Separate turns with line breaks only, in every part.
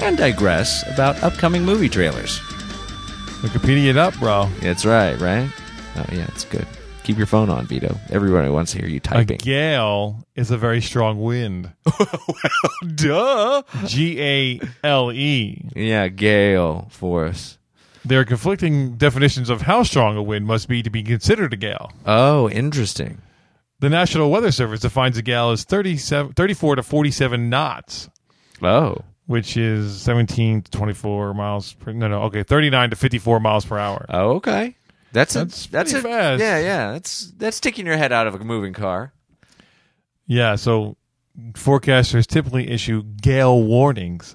and digress about upcoming movie trailers.
Wikipedia it up, bro.
That's right, right? Oh, yeah, it's good. Keep your phone on, Vito. Everybody wants to hear you
A
typing.
gale is a very strong wind.
Duh.
G A L E.
Yeah, gale force.
There are conflicting definitions of how strong a wind must be to be considered a gale.
Oh, interesting.
The National Weather Service defines a gale as 37, 34 to 47 knots,
Oh,
which is 17 to 24 miles per No, no, okay, 39 to 54 miles per hour.
oh okay. That's a,
That's
that's, a,
pretty fast.
yeah, yeah. That's that's sticking your head out of a moving car.
Yeah, so forecasters typically issue gale warnings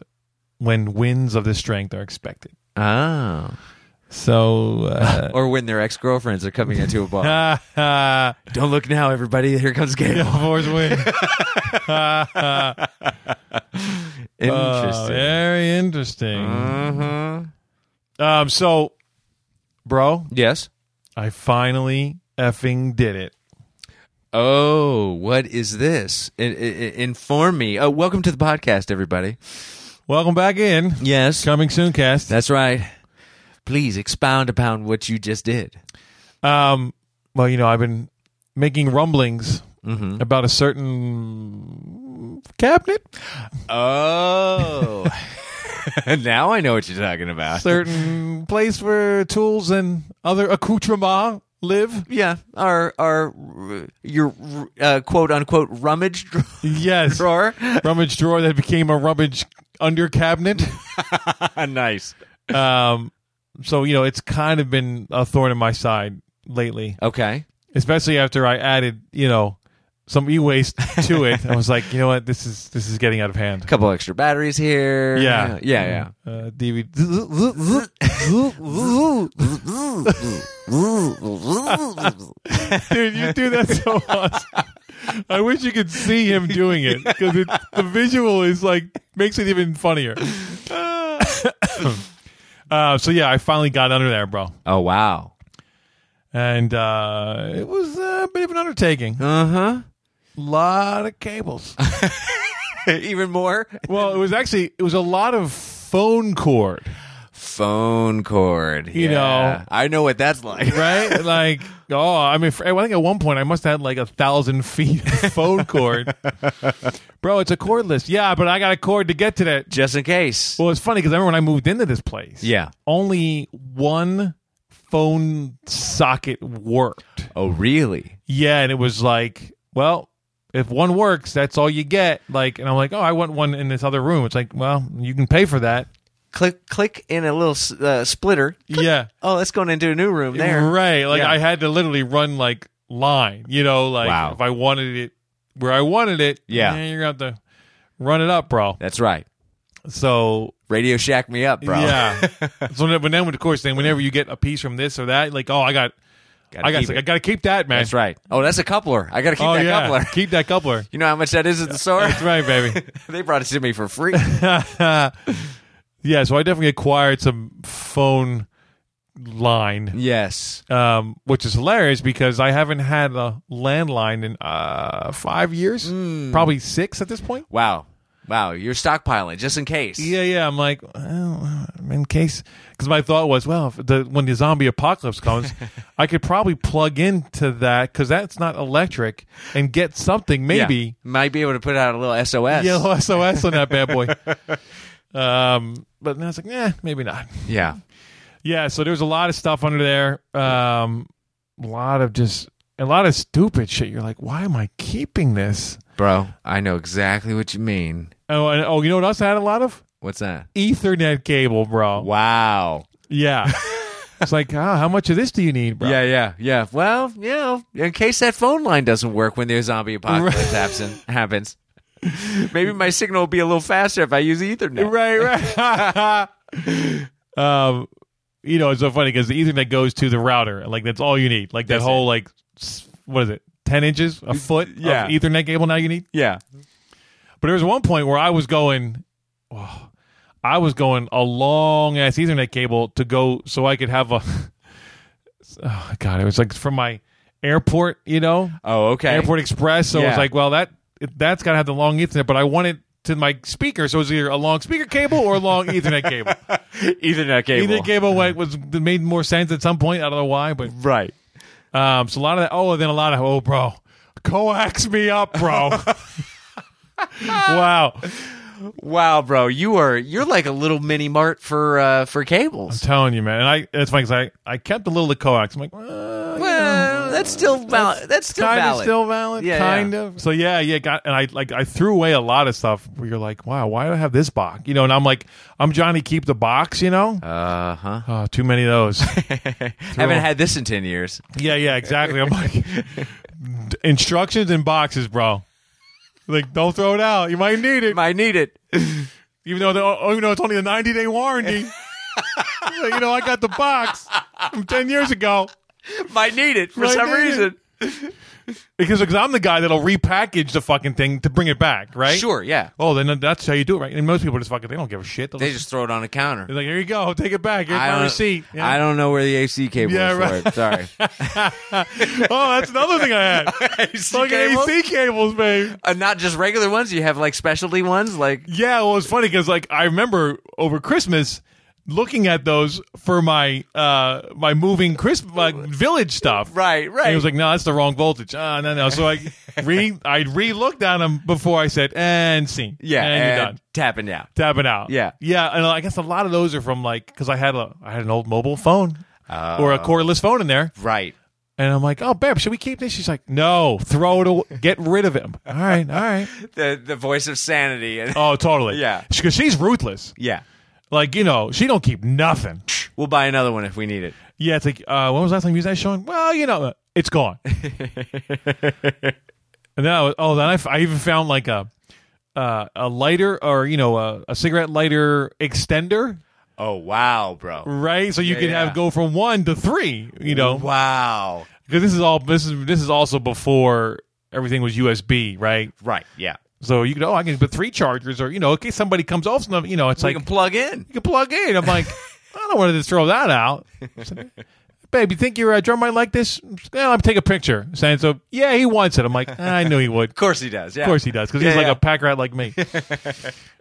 when winds of this strength are expected.
Oh,
So, uh,
or when their ex girlfriends are coming into a bar.
ha, ha,
Don't look now, everybody. Here comes gale.
force wind. Oh,
Oh, Interesting.
uh, very interesting.
Mhm.
Um, so, bro,
Yes.
I finally effing did it.
Oh, what is this? I- I- I- inform me. Oh, welcome to the podcast, everybody.
Welcome back in.
Yes,
Coming soon, cast.
that's right. Please expound upon what you just did.
Um, well, you know, I've been making rumblings about a certain cabinet,
Oh, now I know what you're talking about.
certain place where tools and other accoutrements live.
yeah, our our r- your r- uh, quote unquote rummage dra-
Yes,
drawer.
rummage drawer that became a rummage under cabinet.
nice.
Um, so you know, it's kind of been a thorn in my side lately,
Okay.
especially after I added, you know, some e-waste to it. I was like, you know what, this is this is getting out of hand.
Couple extra batteries here.
Yeah.
Yeah. Yeah.
Uh, DVD. Dude, you do that so awesome. I wish you could see him doing it because the visual is like makes it even funnier. uh, so yeah, I finally got under there, bro,
Oh wow.
and uh, it was a bit of an undertaking. A
Uh huh.
lot of cables.
Even more
Well, it was actually it was a lot of phone cord.
phone cord.
You know.
I know what that's like.
right? Like, oh, I mean, for, I think at one point I must have had like a thousand feet of phone cord. Bro, it's a cordless. Yeah, but I got a cord to get to that.
Just in case.
Well, it's funny because I remember when I moved into this place.
Yeah.
Only one phone socket worked.
Oh, really?
Yeah, and it was like, well, if one works, that's all you get. Like, and I'm like, oh, I want one in this other room. It's like, well, you can pay for that.
Click, click in a little s- uh, splitter.
Yeah.
Oh, that's going into a new room there.
Right. Like
Yeah.
I had to literally run like line, you know, like
Wow.
if I wanted it where I wanted it,
Yeah.
eh, you're gonna have to run it up, bro.
That's right.
So
Radio Shack me up, bro.
yeah. so then, but then of course then whenever you get a piece from this or that, like, oh I got
Gotta
I got
keep it.
I gotta keep that, man.
That's right. Oh, that's a coupler. I got to keep
oh
that
yeah.
coupler.
Keep that coupler.
You know how much that is at the store?
That's right, baby.
they brought it to me for free.
yeah, so I definitely acquired some phone line.
yes.
um, which is hilarious because I haven't had a landline in uh, five years, probably six at this point.
Wow. Wow. You're stockpiling just in case.
Yeah, yeah. I'm like, well, uh, in case, because my thought was, well, if the, when the zombie apocalypse comes, I could probably plug into that because that's not electric and get something
Yeah.
maybe.
Might be able to put out a little SOS.
Yellow SOS on that bad boy. um, but then I was like, eh, maybe not.
Yeah.
Yeah, so there's a lot of stuff under there. Um, a lot of just a lot of stupid shit. You're like, why am I keeping this?
Bro, I know exactly what you mean.
Oh, and, oh, you know what else I had a lot of
What's that?
Ethernet cable, bro.
Wow.
Yeah, it's like, ah, how much of this do you need, bro?
Yeah, yeah, yeah. Well, you know, in case that phone line doesn't work when the zombie apocalypse happens, happens, maybe my signal will be a little faster if I use Ethernet.
right, right. um, you know, it's so funny because the Ethernet goes to the router. Like that's all you need. Like that
That's
whole like s- what is it? Ten inches, a foot
Yeah.
of Ethernet cable. Now you need.
Yeah.
But there was one point where I was going, oh, I was going a long ass Ethernet cable to go so I could have a. Oh God, it was like from my airport, you know,
Oh, okay.
airport express. So
Yeah.
it's like, well, that that's gotta have the long Ethernet, but I want it to my speaker, so it was either a long speaker cable or a long Ethernet cable.
Ethernet cable.
Ethernet cable went, was made more sense at some point. I don't know why, but
Right.
um, so a lot of that. Oh, and then a lot of oh, bro, coax me up, bro. wow,
Wow, bro, you are you're like a little mini mart for uh, for cables.
telling you, man. And I it's funny because I, I kept a little of the coax. I'm like, well, you know,
Well, that's still valid. That's, still
kinda
valid.
still valid,
Yeah,
kind
yeah.
of. So yeah, yeah. Got and I like I threw away a lot of stuff. Where you're like, wow, why do I have this box? You know, and I'm like, I'm Johnny Keep the box. You know,
uh huh.
oh, too many of those.
Haven't had this in ten years.
yeah, yeah, exactly. I'm like d- instructions in boxes, bro. Like, don't throw it out. You might need it,
Might need it.
even though the, oh, even though it's only a 90 day warranty. you know, I got the box from 10 years ago.
Might need it for
Might
some
need it.
reason.
Because because I'm the guy that'll repackage the fucking thing to bring it back, right?
Sure, yeah.
Oh, then that's how you do it, right? And most people just fucking they don't give a shit. They'll
They just throw it on a counter.
they're like, here you go, take it back. Here's
I
my
don't,
receipt. Yeah.
I don't know where the AC cable
Yeah,
is
right.
for it. Sorry.
oh, that's another thing I had. Fucking
cables?
AC cables, babe.
Uh, not just regular ones. You have like specialty ones, like
Yeah, well, it's funny because like I remember over Christmas looking at those for my uh my moving crisp uh, village stuff.
Right,
And
right.
he was like, "No, that's the wrong voltage." Ah, no, no. So I re I re looked at them before I said and scene.
yeah,
and, you're done.
tapping out.
tapping out.
Yeah.
yeah, and I guess a lot of those are from like because I had a I had an old mobile phone
Oh.
or a cordless phone in there,
Right.
and I'm like, oh, babe, should we keep this? She's like, no, throw it, away. get rid of him. All right, all right.
The the voice of sanity. And,
Oh, totally.
Yeah.
because she's ruthless.
yeah.
Like you know, she don't keep nothing.
We'll buy another one if we need it.
Yeah, it's like, uh, when was the last time you used that, Sean? Well, you know, uh, it's gone. and then I was, oh, then I, f- I even found like a uh, a lighter or you know a, a cigarette lighter extender,
Oh wow, bro.
right? So you
Yeah,
can
yeah.
have go from one to three, you know, because
Wow.
this is all this is this is also before everything was USB, right?
Right. Yeah.
So you could oh, I can put three chargers, or you know, in case somebody comes off, some- you know, it's
So
like
you can plug in.
you can plug in. I'm like, I don't want to just throw that out. I said, Babe, you think your uh, drummer might like this? Well, I'm take a picture. Saying so, yeah, he wants it. I'm like, "Ah, I knew he would.
Of course he does. Yeah.
Of course he does, because
Yeah,
he's like
yeah.
a pack rat like me.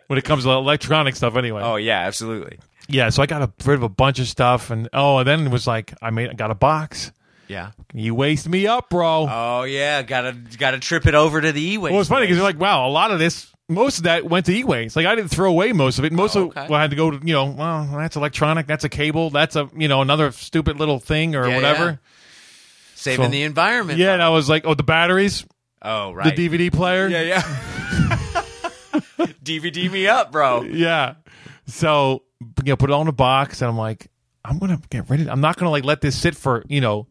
when it comes to electronic stuff, anyway.
Oh yeah, absolutely.
yeah. So I got a, rid of a bunch of stuff, and oh, and then it was like, I made, I got a box.
Yeah.
You waste me up, bro.
Oh yeah, gotta gotta trip it over to the e-waste.
well, it's funny because
place.
you're like, wow, a lot of this. Most of that went to e-waste. Like I didn't throw away most of it. Most
Oh, okay.
of well, I had to go to you know, well, that's electronic, that's a cable, that's a you know another stupid little thing or
Yeah,
whatever.
saving
so-
the environment.
Yeah, and I was like, oh, the batteries,
Oh right.
the DVD player,
Yeah, yeah. DVD me up, bro.
yeah. So you know, put it all in a box, and I'm like, I'm gonna get rid of. it. I'm not gonna like let this sit for you know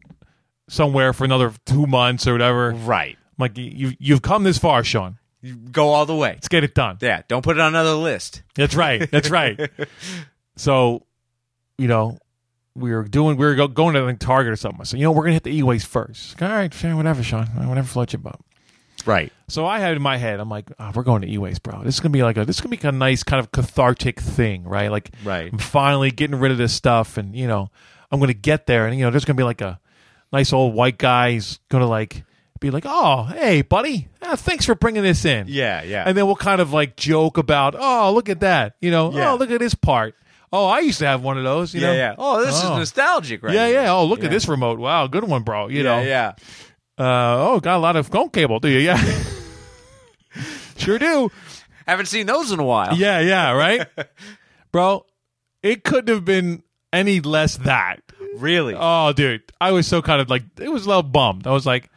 somewhere for another two months or whatever. I'm
Right.
like you, you've come this far, Sean.
You go all the way.
Let's get it done.
Yeah, don't put it on another list.
That's right. That's right. so, you know, we were doing, we were go, going to like Target or something. So, you know, we're going to hit the e-waste first. All right, sure, whatever, Sean. All right, Whatever floats your boat.
Right.
So I had in my head, I'm like, oh, we're going to e-waste, bro. This is going to be like a, this is going to be a nice kind of cathartic thing, right? Like,
Right.
I'm finally getting rid of this stuff and, you know, I'm going to get there and, you know, there's going to be like a nice old white guy who's going to like, be like, oh, hey, buddy, Ah, thanks for bringing this in.
Yeah, yeah.
And then we'll kind of like joke about, oh, look at that. You know,
Yeah.
oh, look at this part. Oh, I used to have one of those. You
yeah,
know?
yeah. Oh, this
Oh.
is nostalgic, right?
Yeah,
here.
yeah. Oh, look
Yeah.
at this remote. Wow, good one, bro. You
yeah,
know,
yeah.
Uh, oh, got a lot of phone cable, do you? Yeah. sure do.
Haven't seen those in a while.
Yeah, yeah, right? bro, it couldn't have been any less that.
Really?
Oh, dude, I was so kind of like it was a little bummed. I was like,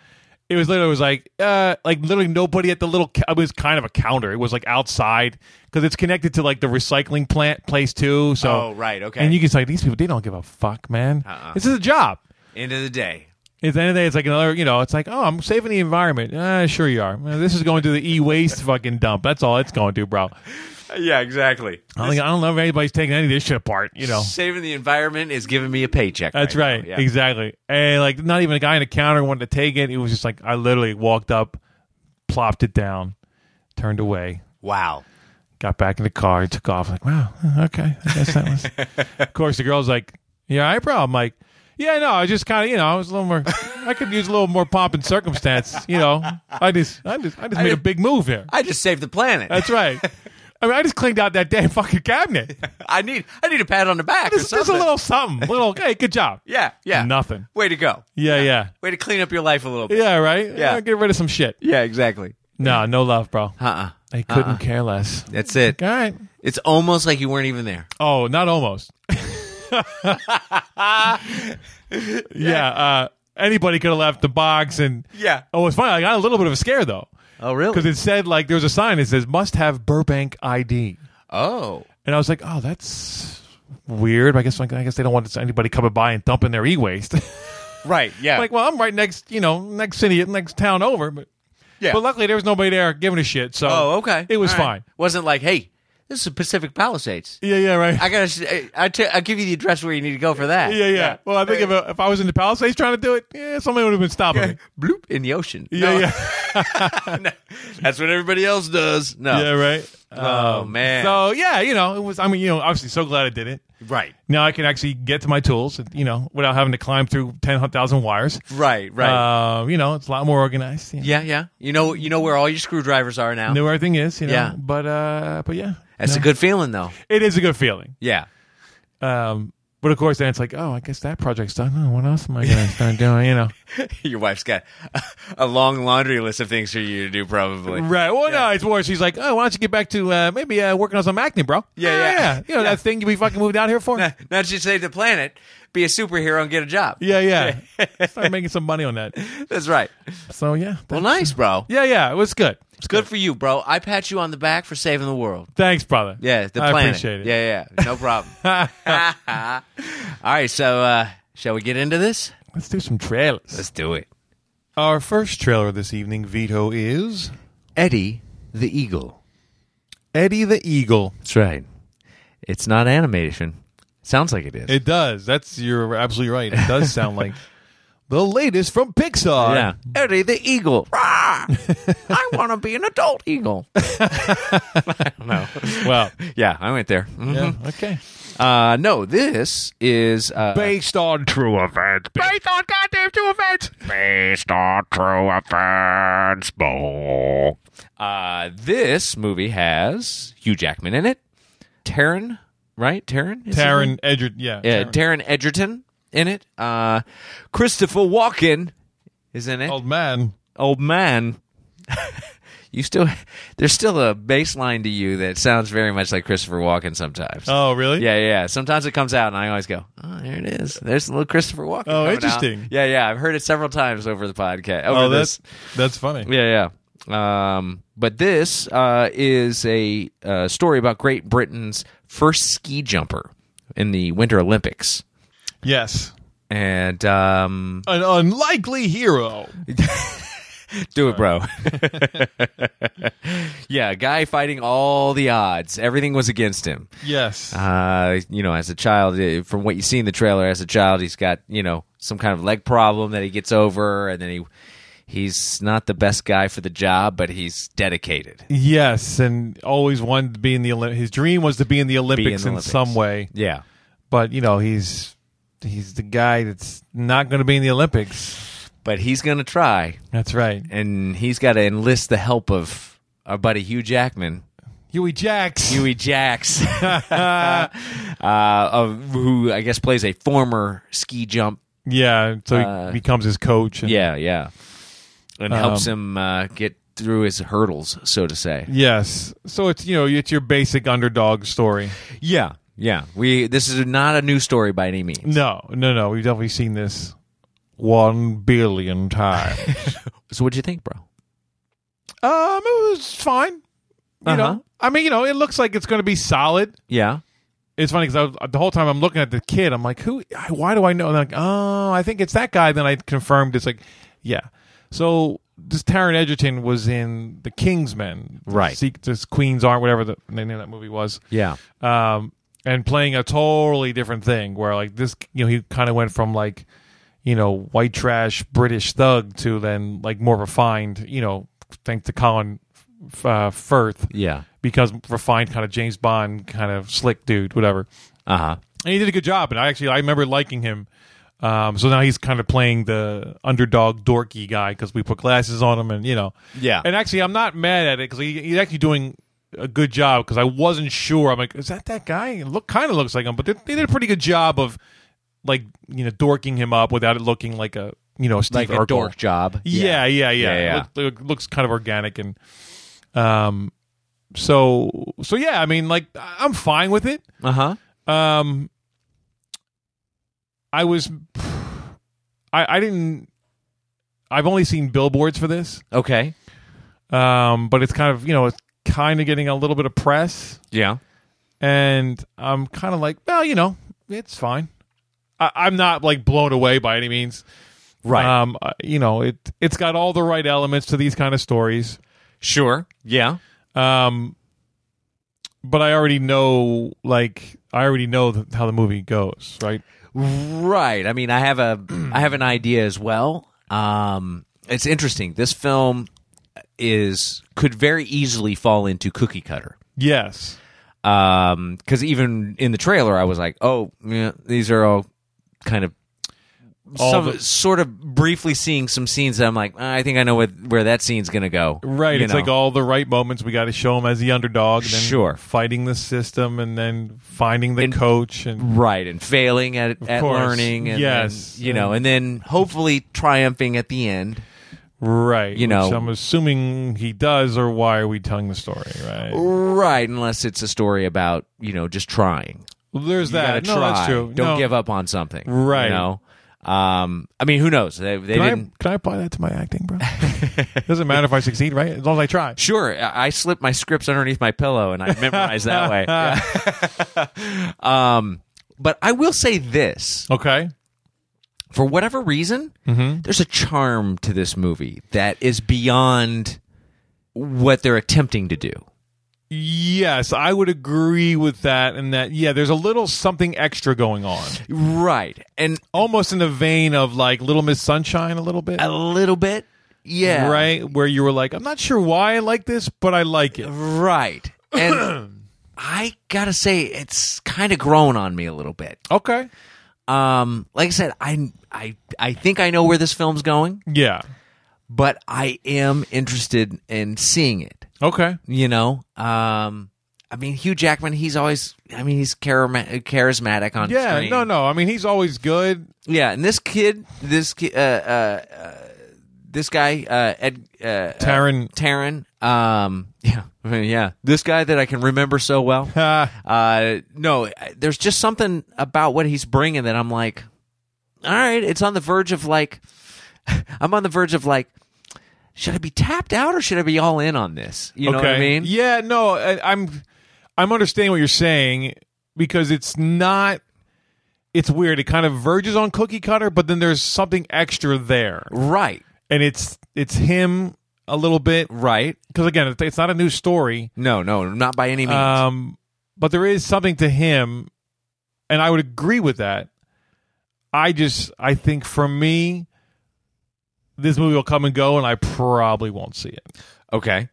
it was literally it was like uh like literally nobody at the little. Ca- it was kind of a counter. It was like outside because it's connected to like the recycling plant place too. So
Oh, right, okay.
And you can say these people they don't give a fuck, man.
Uh-uh.
This is a job.
End of the day.
At the end of the day, it's like another, you know, it's like, oh, I'm saving the environment. Uh, sure you are. Uh, This is going to the e-waste fucking dump. That's all it's going to, bro.
yeah, exactly.
I don't, think, I don't know if anybody's taking any of this shit apart. You know,
Saving the environment is giving me a paycheck.
That's
right.
right.
now. Yeah.
Exactly. And like not even a guy in the counter wanted to take it. It was just like I literally walked up, plopped it down, turned away,
Wow.
got back in the car, and took off. Like, wow, okay. I guess that was Of course the girl's like, Yeah, I problem. I'm like, yeah, no, I was just kinda you know, I was a little more I could use a little more pomp and circumstance, you know. I just I just I just made a big move here.
I just saved the planet.
That's right. I mean, I just cleaned out that damn fucking cabinet.
I need I need a pat on the back or
Just, just
something.
a little something. Little hey, good job.
yeah, yeah.
Nothing.
Way to go.
Yeah, yeah.
Way to clean up your life a little bit.
Yeah, right?
Yeah.
Get rid of some shit.
Yeah, exactly.
No, no love, bro.
Uh-uh.
They couldn't care less.
That's it.
All right.
It's almost like you weren't even there.
Oh, not almost. yeah. Uh, anybody could have left the box and
Yeah.
Oh, it's funny. I got a little bit of a scare though
Oh, really?
because it said like there was a sign that says must have Burbank ID,
oh.
and I was like, oh, that's weird. I guess I guess they don't want anybody coming by and dumping their e waste.
Right. Yeah.
like, well, I'm right next, you know, next city, next town over, but.
yeah.
But luckily, there was nobody there giving a shit. So
oh, okay.
um, it was
All right.
fine.
Wasn't like, hey, this is Pacific Palisades.
Yeah, yeah, right.
I gotta. sh- I t- I'll give you the address where you need to go for that.
Yeah, yeah. Well, I think if, uh, if I was in the Palisades trying to do it, yeah, somebody would have been stopping me.
Bloop in the ocean.
Yeah,
No,
yeah,
That's what everybody else does. No.
yeah, right. Um,
Oh man.
So yeah, you know, it was. I mean, you know, obviously, so glad I did it.
right.
Now I can actually get to my tools, you know, without having to climb through ten thousand wires.
Right. Right.
Um, you know, it's a lot more organized. You know.
yeah. Yeah. You know. You know where all your screwdrivers are now.
Know where everything is. You know.
Yeah.
But uh, but yeah,
That's
No.
a good feeling, though.
It is a good feeling.
Yeah.
Um, but of course, then it's like, oh, I guess that project's done. Oh, what else am I gonna start doing? You know.
Your wife's got a long laundry list of things for you to do, probably.
Right. Well, no, it's worse. She's like, oh, why don't you get back to uh, maybe uh, working on some acne, bro?
Yeah,
Oh,
yeah.
You know that thing you be fucking moved out here for? yeah,
Not just save the planet, be a superhero and get a job.
yeah. Start making some money on that.
That's right.
So yeah.
Well, nice, bro.
yeah, yeah. It was good.
It's good for you, bro. I pat you on the back for saving the world.
Thanks, brother.
Yeah, the
I
planet.
appreciate it.
Yeah, yeah. No problem. All right, so uh, shall we get into this?
Let's do some trailers.
Let's do it.
Our first trailer this evening, Vito, is
Eddie the Eagle.
Eddie the Eagle.
That's right. It's not animation. Sounds like it is.
It does. That's you're absolutely right. It does sound like the latest from Pixar.
Yeah. Eddie the Eagle. Rah! I want to be an adult eagle. I don't know.
Well.
Yeah, I went there. Mhm.
Yeah. Okay.
Uh, no, this is. Uh,
Based on true events. Based on goddamn true events.
based on true events. Bo.
uh, this movie has Hugh Jackman in it. Taryn, right? Taryn? is his name?
Taryn Edgerton. Yeah.
Yeah,
Taron.
Taryn Edgerton in it. Uh, Christopher Walken is in it.
Old man.
old man. you still. There's still a baseline to you that sounds very much like Christopher Walken sometimes.
Oh, really?
Yeah, yeah, yeah. Sometimes it comes out, and I always go, "Oh, there it is. There's a little Christopher Walken."
Oh,
coming out."
interesting.
Yeah, yeah. I've heard it several times over the podcast. Over
Oh,
this.
that's that's funny.
Yeah, yeah. Um, but this uh, is a uh, story about Great Britain's first ski jumper in the Winter Olympics,
Yes,
and um,
an unlikely hero.
Do it, bro. yeah, a guy fighting all the odds. Everything was against him.
Yes,
Uh, you know, as a child, eh, from what you see in the trailer, as a child, he's got you know some kind of leg problem that he gets over, and then he he's not the best guy for the job, but he's dedicated.
yes, and always wanted to be in the Olympics. His dream was to be in the Olympics in,
Olympics.
some way,
Yeah,
but you know he's he's the guy that's not going to be in the Olympics.
but he's gonna try,
That's right,
and he's got to enlist the help of our buddy Hugh Jackman.
Huey Jacks.
Huey Jacks, uh, of, who I guess plays a former ski jump
Yeah, so
Uh,
he becomes his coach. and-
Yeah, yeah. And helps him uh, get through his hurdles, so to say.
Yes, so it's you know it's your basic underdog story.
Yeah, yeah. We this is not a new story by any means.
No, no, no. We've definitely seen this one billion times.
So what'd you think, bro?
Um, it was fine. You
Uh-huh.
know, I mean, you know, it looks like it's going to be solid.
Yeah,
It's funny because the whole time I'm looking at the kid, I'm like, who? I- Why do I know? And I'm like, oh, I think it's that guy. Then I confirmed it's like, yeah. So this Taron Egerton was in The Kingsmen,
Right.
Seek this Queen's Arm, whatever the name of that movie was.
Yeah.
um, and playing a totally different thing where like this you know he kind of went from like you know white trash british thug to then like more refined you know thanks to colin F- uh, firth
Yeah.
because refined kind of james bond kind of slick dude whatever
Uh huh.
and he did a good job and i actually i remember liking him um, so now he's kind of playing the underdog dorky guy because we put glasses on him and you know
Yeah.
and actually i'm not mad at it because he, he's actually doing a good job because i wasn't sure i'm like is that that guy It look kind of looks like him but they, they did a pretty good job of like you know dorking him up without it looking like a you know Steve
Like a
Urkel.
dork job.
Yeah, yeah, yeah.
Yeah, yeah.
It look- look- looks kind of organic and um so so yeah, I mean like I- I'm fine with it.
Uh huh.
Um I was I I didn't I've only seen billboards for this.
Okay.
Um but it's kind of, you know, it's kind of getting a little bit of press
Yeah.
and I'm kind of like, well, you know, it's fine. I, I'm not like blown away by any means.
Right.
Um, uh, you know, it it's got all the right elements to these kind of stories.
sure. Yeah.
Um, but I already know, like, I already know th- how the movie goes, right?
Right. I mean, I have a I have an idea as well. Um, it's interesting. This film is could very easily fall into cookie cutter.
Yes.
because even in the trailer, I was like, "Oh, yeah, these are all kind of
All
some,
the-
sort of briefly seeing some scenes that I'm like, "Ah, I think I know what, where that scene's gonna go."
Right.
You
it's
know?
like all the right moments. We got to show him as the underdog, and then
Sure.
fighting the system, and then finding the
And-
coach, and
right and failing at, at
course.
learning, and
Yes.
then, you know, and then hopefully triumphing at the end.
right.
You know.
which I'm assuming he does, or why are we telling the story? Right.
Right, unless it's a story about you know just trying.
Well, there's
You gotta
that. Uh, No, that's
try.
true.
Don't
No.
give up on something.
Right.
You know? Um, I mean, who knows? They, they
Can I,
didn't.
can I apply that to my acting, bro? Doesn't matter if I succeed, right? As long as I try.
Sure, I I slip my scripts underneath my pillow and I memorize that way. Yeah. um, but I will say this:
Okay.
for whatever reason,
Mm-hmm.
there's a charm to this movie that is beyond what they're attempting to do.
Yes, I would agree with that. And that, yeah, there's a little something extra going on,
Right, and
almost in the vein of like Little Miss Sunshine, a little bit,
a little bit, yeah,
right? Where you were like, I'm not sure why I like this, but I like it.
right. And I gotta say, it's kind of grown on me a little bit.
Okay.
Um, like I said, I I I think I know where this film's going.
Yeah.
but I am interested in seeing it.
Okay.
You know, um, I mean, Hugh Jackman, he's always, I mean, he's charima- charismatic on
Yeah.
screen.
No, no. I mean, he's always good.
Yeah, and this kid, this ki- uh, uh, uh, this guy, uh, Ed, uh,
Taron.
Taryn, um, yeah, yeah, this guy that I can remember so well. uh, no, there's just something about what he's bringing that I'm like, all right, it's on the verge of like, I'm on the verge of like, should I be tapped out or should I be all in on this? You know what I mean?
Yeah, no, I, I'm I'm understanding what you're saying because it's not it's weird. It kind of verges on cookie cutter, but then there's something extra there,
Right,
and it's it's him a little bit
right.
because again, it's- it's not a new story,
No, no, not by any means.
um, but there is something to him, and I would agree with that. I just I think for me, this movie will come and go, and I probably won't see it.
okay.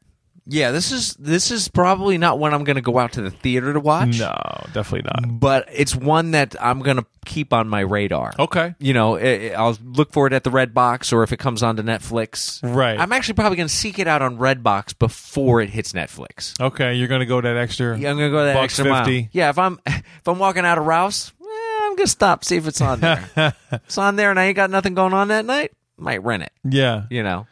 Yeah, this is this is probably not one I'm going to go out to the theater to watch.
No, definitely not.
but it's one that I'm going to keep on my radar.
Okay.
You know, i I'll look for it at the Red Box or if it comes onto Netflix.
Right.
I'm actually probably going to seek it out on Redbox before it hits Netflix.
Okay, you're gonna go that extra.
Yeah, I'm going to go that
buck
extra
50.
mile. Yeah, if I'm if I'm walking out of Rouse, eh, I'm going to stop see if it's on there. If it's on there and I ain't got nothing going on that night. Might rent it.
Yeah.
You know.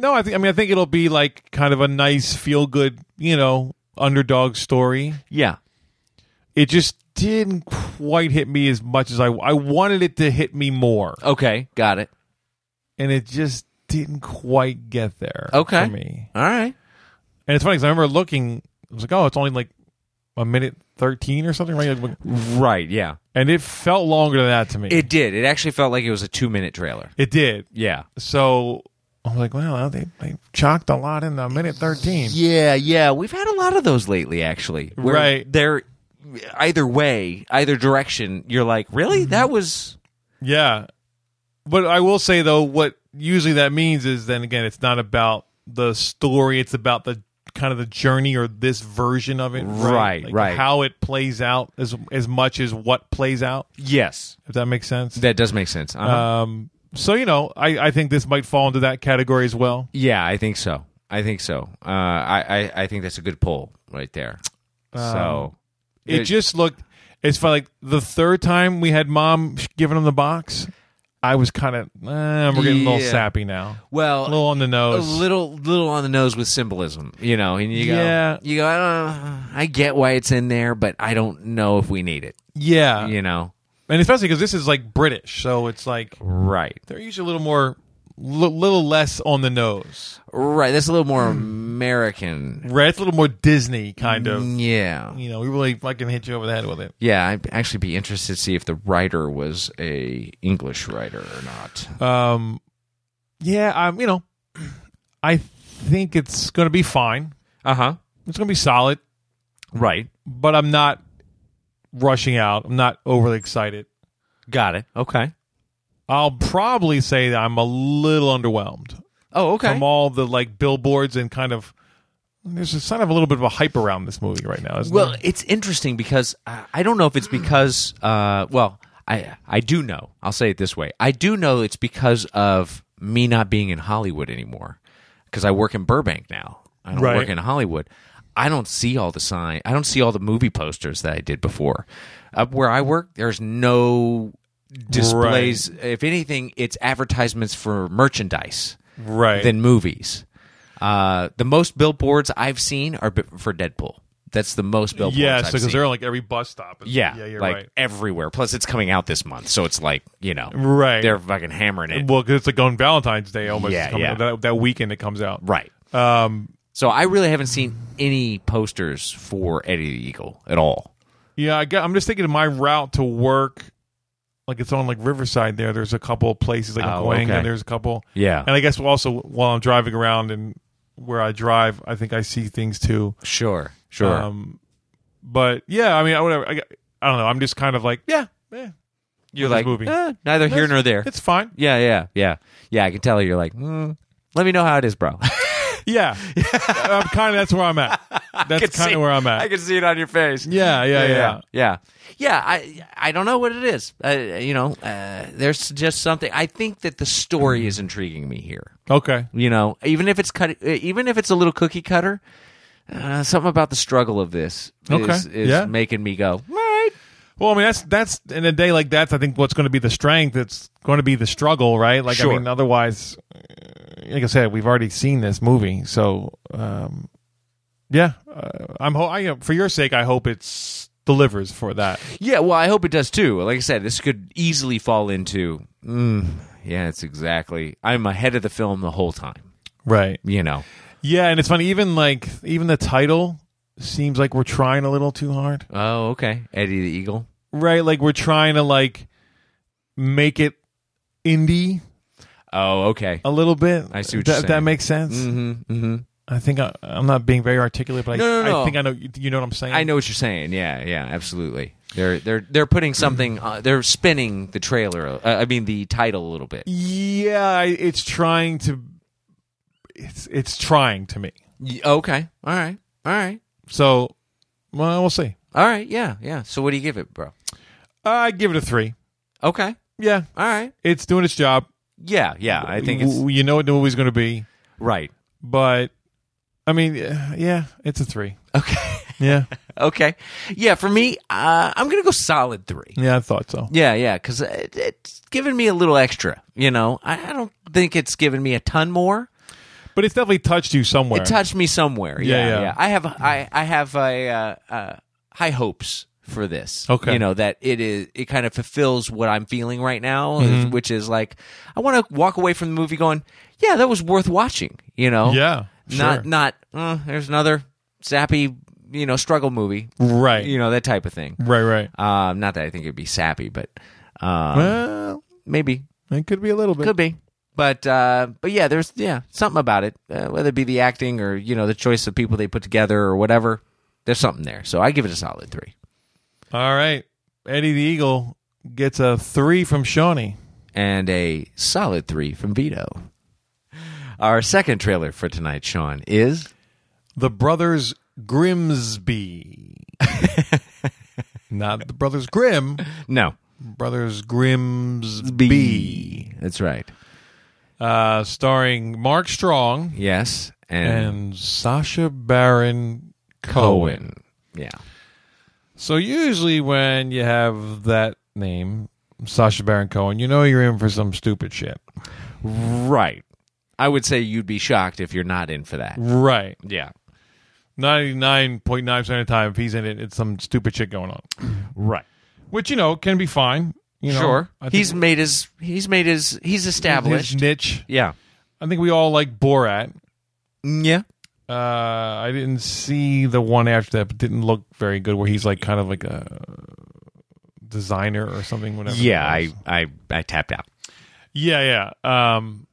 No, I think. I mean, I think it'll be like kind of a nice, feel good, you know, underdog story.
Yeah.
It just didn't quite hit me as much as I I wanted it to hit me more,
Okay. Got it.
and it just didn't quite get there.
Okay.
For me,
All right.
and it's funny because I remember looking. I was like, oh, it's only like a minute thirteen or something, right? Like,
Right. Yeah.
And it felt longer than that to me.
It did. It actually felt like it was a two minute trailer.
it did.
Yeah.
So I'm like, well, they, they chalked a lot in the minute 13.
Yeah, yeah. We've had a lot of those lately, actually. where
Right.
They're either way, either direction. You're like, really?
Mm-hmm.
That was.
Yeah. But I will say though, what usually that means is then again, it's not about the story, it's about the kind of the journey or this version of it.
Right,
Like,
right.
How it plays out as as much as what plays out,
Yes.
if that makes sense.
That does make sense. Uh-huh.
um so you know, I, I think this might fall into that category as well.
yeah, I think so. I think so. Uh, I, I, I think that's a good pull right there. so.
It,
It-
just looked it's fun, like the third time we had mom sh- giving him the box, I was kind of eh, we're getting a little
Yeah.
sappy now.
Well,
a little on the
a
nose.
little little on the nose with symbolism, you know. And you go,
Yeah.
you go. I, don't, I get why it's in there, but I don't know if we need it.
yeah.
You know,
and especially because this is like British, so it's like
right,
they're usually a little more, li- little less on the nose.
right. That's a little more American.
Right, it's a little more Disney Hmm. kind of.
Yeah,
You know, we really fucking hit you over the head with it.
yeah. I'd actually be interested to see if the writer was a English writer or not.
Um, yeah, um, you know, I think it's gonna be fine.
Uh huh.
It's gonna be solid,
Right.
but I'm not rushing out. I'm not overly excited.
Got it. Okay.
I'll probably say that I'm a little underwhelmed
Oh, okay.
from all the like billboards and kind of. There's a sign of a little bit of a hype around this movie right now. Isn't
Well,
there?
it's interesting because I, I don't know if it's because, uh, well, I I do know. I'll say it this way: I do know it's because of me not being in Hollywood anymore, because I work in Burbank now. I don't
Right.
work in Hollywood. I don't see all the sign. I don't see all the movie posters that I did before. Up where I work, there's no displays. If anything, it's advertisements for merchandise
right?
than movies. Uh, the most billboards I've seen are b- for Deadpool. That's the most billboards.
Yes,
I've
because
seen.
they're on like every bus stop. It's-
yeah,
yeah, you're
like
right.
everywhere. Plus, it's coming out this month, so it's like you know,
Right.
They're fucking hammering it,
Well, 'cause it's like on Valentine's Day almost.
Yeah,
It's coming
yeah.
out- That, that weekend it comes out.
right?
Um,
So I really haven't seen any posters for Eddie the Eagle at all.
yeah, I got, I'm just thinking of my route to work. Like it's on like Riverside there. There's a couple of places like
Oh,
Aquang,
okay.
and there's a couple.
Yeah.
and I guess also while I'm driving around and where I drive, I think I see things too.
Sure, sure.
Um, but yeah, I mean, I, whatever. I, got- I don't know. I'm just kind of like, yeah, yeah
You're
this
like
movie.
eh, neither here nor there.
it's fine.
Yeah, yeah, yeah, yeah. I can tell you're like, mm, let me know how it is, bro.
Yeah, I'm kind of that's where I'm at. That's kind of where I'm at.
I can see it on your face.
yeah, yeah, yeah.
yeah, yeah, yeah. I I don't know what it is. Uh, you know, uh, there's just something. I think that the story is intriguing me here.
Okay.
You know, even if it's cut, uh, even if it's a little cookie cutter, uh, something about the struggle of this
Okay,
is, is
yeah.
making me go. All right.
Well, I mean, that's that's in a day like that's I think what's going to be the strength. It's going to be the struggle, right? Like
Sure.
I mean, otherwise, uh, like I said, we've already seen this movie, so um, yeah, uh, I'm ho- I, uh, for your sake, I hope it's delivers for that.
Yeah. Well, I hope it does too. Like I said, this could easily fall into. Mm, yeah, it's exactly. I'm ahead of the film the whole time.
Right.
You know.
Yeah, and it's funny. Even like even the title seems like we're trying a little too hard.
Oh, okay. Eddie the Eagle.
Right. Like we're trying to like make it indie
Oh, okay.
a little bit.
I see what
That-
you're
That
saying.
makes sense.
Mm-hmm. Mm-hmm.
I think I, I'm not being very articulate, but I,
No, no, no.
I think I know. you- You know what I'm saying?
I know what you're saying. Yeah, yeah, absolutely. They're they're they're putting something. Uh, they're spinning the trailer. Uh, I mean, the title a little bit.
Yeah, I- it's trying to. It's it's trying to me.
Y- Okay. All right. All right.
So, well, we'll see.
All right. Yeah. Yeah. So what do you give it, bro?
I give it a three.
Okay.
Yeah,
All right.
it's doing its job.
Yeah. Yeah. I think it's
W- you know what the movie's going to be,
right.
but I mean, eh, yeah, it's a three.
Okay.
Yeah,
okay. Yeah. For me, uh, I'm gonna go solid three.
yeah, I thought so.
Yeah, yeah, because it, it's given me a little extra. You know, I, I don't think it's given me a ton more.
But it's definitely touched you somewhere.
It touched me somewhere. Yeah,
Yeah,
yeah.
yeah.
I have I I have a uh, uh, high hopes for this.
Okay.
you know that it is it kind of fulfills what I'm feeling right now, is-
Mm-hmm.
which is like I want to walk away from the movie going, yeah, that was worth watching. You know,
Yeah,
not
sure.
not uh, there's another sappy you know struggle movie,
right,
you know that type of thing.
right, right.
Um, not that I think it'd be sappy, but um,
well,
maybe
it could be a little bit.
could be. But uh, but yeah, there's yeah something about it, uh, whether it be the acting or you know the choice of people they put together or whatever. There's something there, so I give it a solid three.
All right. Eddie the Eagle gets a three from Shawnee.
and a solid three from Vito. Our second trailer for tonight, Sean, is
The Brothers Grimsby. Not the Brothers Grimm,
no
Brothers Grimsby.
B. That's right.
Uh, starring Mark Strong
Yes, and,
and Sasha Baron Cohen.
Cohen. Yeah,
So usually when you have that name, Sasha Baron Cohen, you know you're in for some stupid shit.
right. I would say you'd be shocked if you're not in for that.
Right.
Yeah,
99.9% of the time, if he's in it, it's some stupid shit going on.
right.
Which, you know, can be fine. You know,
sure.
I think
He's made his. He's made his. He's established.
His niche.
yeah.
I think we all like Borat.
Yeah.
Uh, I didn't see the one after that, but didn't look very good. Where he's like kind of like a designer or something. Whatever. it
Yeah.
was.
I. I. I tapped out.
yeah, yeah. Um,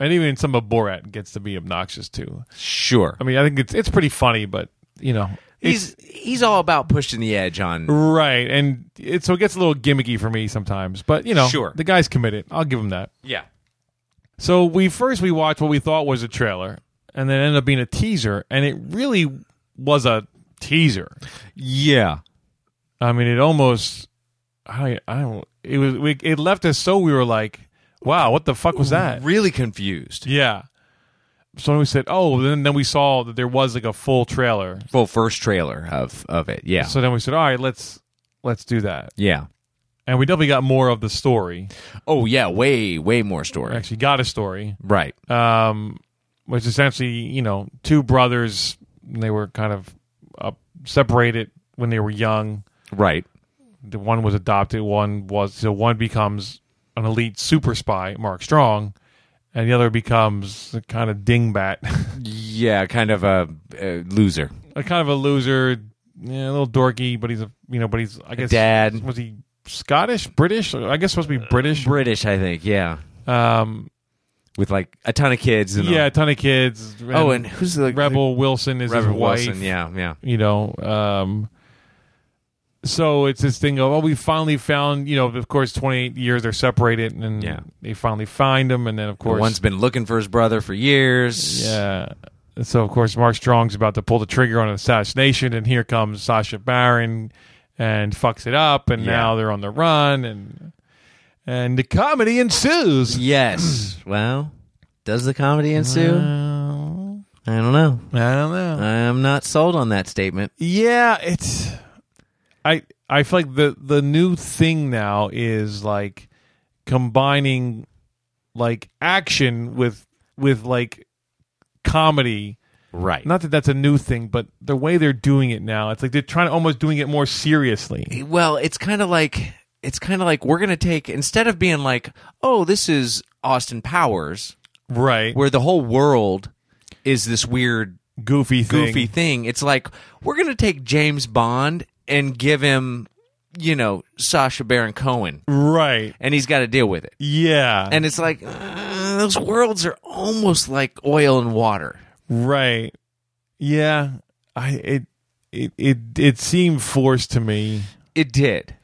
and even some of Borat gets to be obnoxious too.
Sure.
I mean, I think it's it's pretty funny, but you know,
He's. Um, He's all about pushing the edge on.
right. And it so it gets a little gimmicky for me sometimes, but you know,
Sure.
the guy's committed. I'll give him that.
Yeah.
So we first we watched what we thought was a trailer, and then ended up being a teaser, and it really was a teaser.
Yeah.
I mean, it almost I I don't it was we, it left us so we were like, wow, what the fuck was that?
Really confused.
Yeah. So then we said, oh, then then we saw that there was like a full trailer.
Well, first trailer of of it. Yeah.
So then we said, all right, let's let's do that,
Yeah.
and we definitely got more of the story.
Oh yeah, way way more story.
We actually got a story.
Right.
um, which essentially, you know, two brothers. They were kind of uh, separated when they were young.
Right.
The one was adopted. One was so one becomes an elite super spy, Mark Strong, and the other becomes a kind of dingbat,
Yeah, kind of a, uh loser.
a kind of a loser, yeah, a little dorky. But he's a you know, but he's I guess
dad.
was he Scottish, British? I guess supposed to be British.
British, I think. Yeah.
Um,
With like a ton of kids. And
yeah, a ton of kids.
oh, and who's the
Rebel Wilson is
the- Rebel
his wife.
Wilson? Yeah, yeah.
you know um so it's this thing of oh we finally found you know of course 28 years they're separated and
Yeah.
they finally find him and then of course
One's been looking for his brother for years.
yeah so of course mark strong's about to pull the trigger on an assassination and here comes sasha baron and fucks it up and
Yeah.
now they're on the run and and the comedy ensues
Yes. well, does the comedy ensue?
Uh, Well,
I don't know.
i don't know
I'm not sold on that statement.
Yeah, it's I I feel like the the new thing now is like combining like action with with like comedy.
Right.
Not that that's a new thing, but the way they're doing it now, it's like they're trying to almost doing it more seriously.
well it's kind of like it's kind of like we're gonna take instead of being like oh this is austin powers
Right.
where the whole world is this weird
goofy thing.
goofy thing it's like we're gonna take james bond and give him you know sasha baron cohen
Right.
and he's got to deal with it
Yeah.
and it's like uh, those worlds are almost like oil and water
right. Yeah. I it it it it seemed forced to me.
it did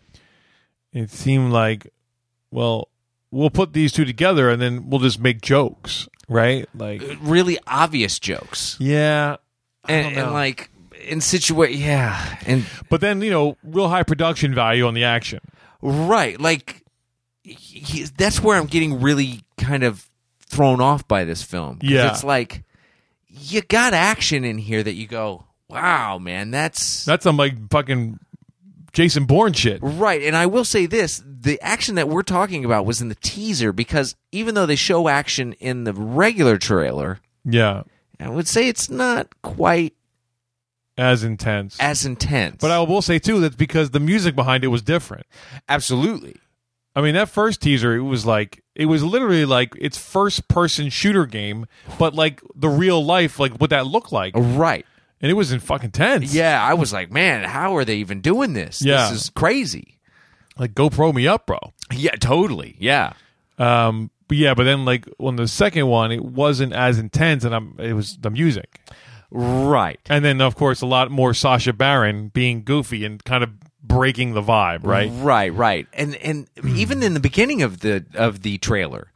it seemed like well we'll put these two together and then we'll just make jokes right like
really obvious jokes
yeah
and,
know.
and like in situa yeah and
but then you know real high production value on the action
Right. Like he, he- that's where I'm getting really kind of thrown off by this film. 'Cause
Yeah.
It's like you got action in here that you go, "Wow, man, that's
that's some like fucking jason bourne shit
Right, and I will say this: the action that we're talking about was in the teaser because even though they show action in the regular trailer,
yeah
I would say it's not quite
as intense
as intense.
but i will say too that's because the music behind it was different
absolutely,
i mean that first teaser it was like it was literally like it's first person shooter game but like the real life like what that looked like and
right.
it was in fucking tense
Yeah, I was like, man, how are they even doing this?
Yeah.
This is crazy.
like gopro me up bro
Yeah, totally. Yeah.
um, But yeah, but then like on the second one, it wasn't as intense, and I'm it was the music,
Right.
and then of course a lot more Sasha Baron being goofy and kind of breaking the vibe, right?
Right, right. And and even in the beginning of the of the trailer,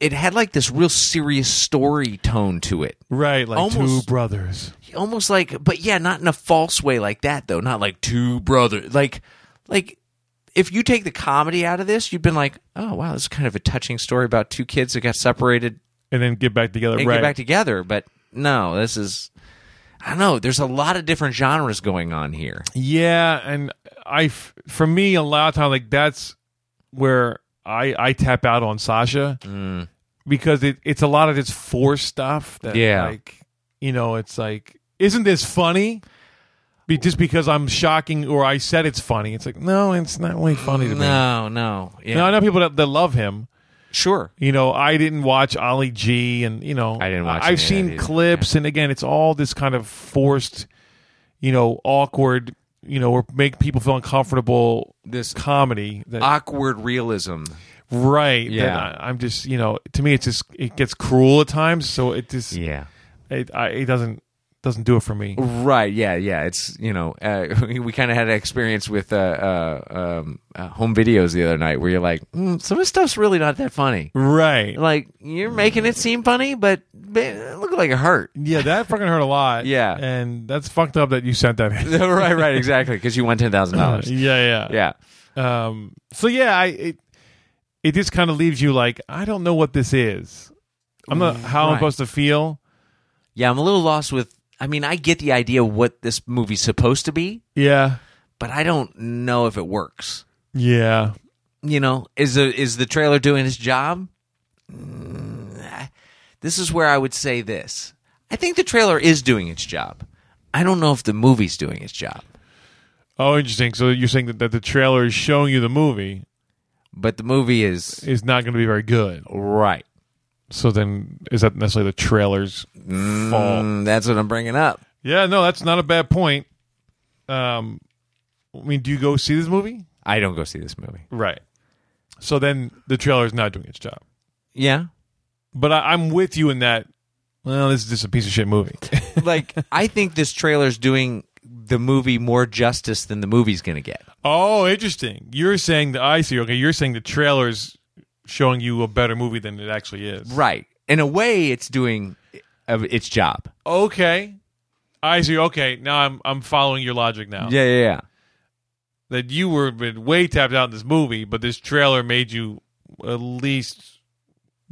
it had like this real serious story tone to it.
Mm-hmm. Right, like
Almost-
two brothers.
Almost like but yeah, not in a false way like that though. Not like two brothers. Like like if you take the comedy out of this, you've been like, "Oh, wow, this is kind of a touching story about two kids that got separated
and then get back together.
and
right.
get back together." But no, this is I don't know. There's a lot of different genres going on here.
yeah, and I, f- for me, a lot of time like that's where I I tap out on Sasha
Mm.
because it it's a lot of this forced stuff that
Yeah.
like you know it's like isn't this funny? Be, just because I'm shocking or I said it's funny, it's like no, it's not really funny to me.
No, no. Yeah.
Now, I know people that, that love him.
Sure.
You know, I didn't watch Ali G, and you know,
I didn't watch any
I've
of that
seen
either.
clips, and again, it's all this kind of forced, you know, awkward, you know, or make people feel uncomfortable.
This-
comedy, that,
Awkward realism.
right?
Yeah.
that I, am just, you know, to me, it's just it gets cruel at times, so it just,
Yeah.
it, I, it doesn't doesn't do it for me.
Right. Yeah. Yeah. It's you know uh, we kind of had an experience with uh, uh, um, uh, home videos the other night where you're like mm, some of this stuff's really not that funny.
Right?
Like you're making it seem funny, but man, it looked like it hurt.
yeah, that fucking hurt a lot.
Yeah.
and that's fucked up that you sent that. In.
right. Right. Exactly. Because you won ten thousand dollars.
yeah,
Yeah.
Um, so yeah, I, it it just kind of leaves you like I don't know what this is. I'm not how I'm
Right.
supposed to feel.
Yeah. I'm a little lost with. I mean, I get the idea of what this movie's supposed to be,
Yeah,
but I don't know if it works.
yeah,
you know, is the is the trailer doing its job? Mm, I- This is where I would say this. I think the trailer is doing its job. I don't know if the movie's doing its job,
Oh, interesting. So you're saying that, that the trailer is showing you the movie
but the movie is
is not going to be very good.
right.
So then, is that necessarily the trailer's fault?
Mm, that's what I'm bringing up.
Yeah, no, that's not a bad point. Um, I mean, do you go see this movie?
I don't go see this movie.
Right. So then, the trailer is not doing its job.
Yeah.
But I, I'm with you in that. Well, this is just a piece of shit movie.
Like I think this trailer's doing the movie more justice than the movie's going to get.
Oh, interesting. You're saying the I see. Okay, you're saying the trailer's showing you a better movie than it actually is.
Right. In a way it's doing of its job.
Okay. I see. Okay, now I'm I'm following your logic now.
Yeah, yeah, yeah.
That you were been way tapped out in this movie, but this trailer made you at least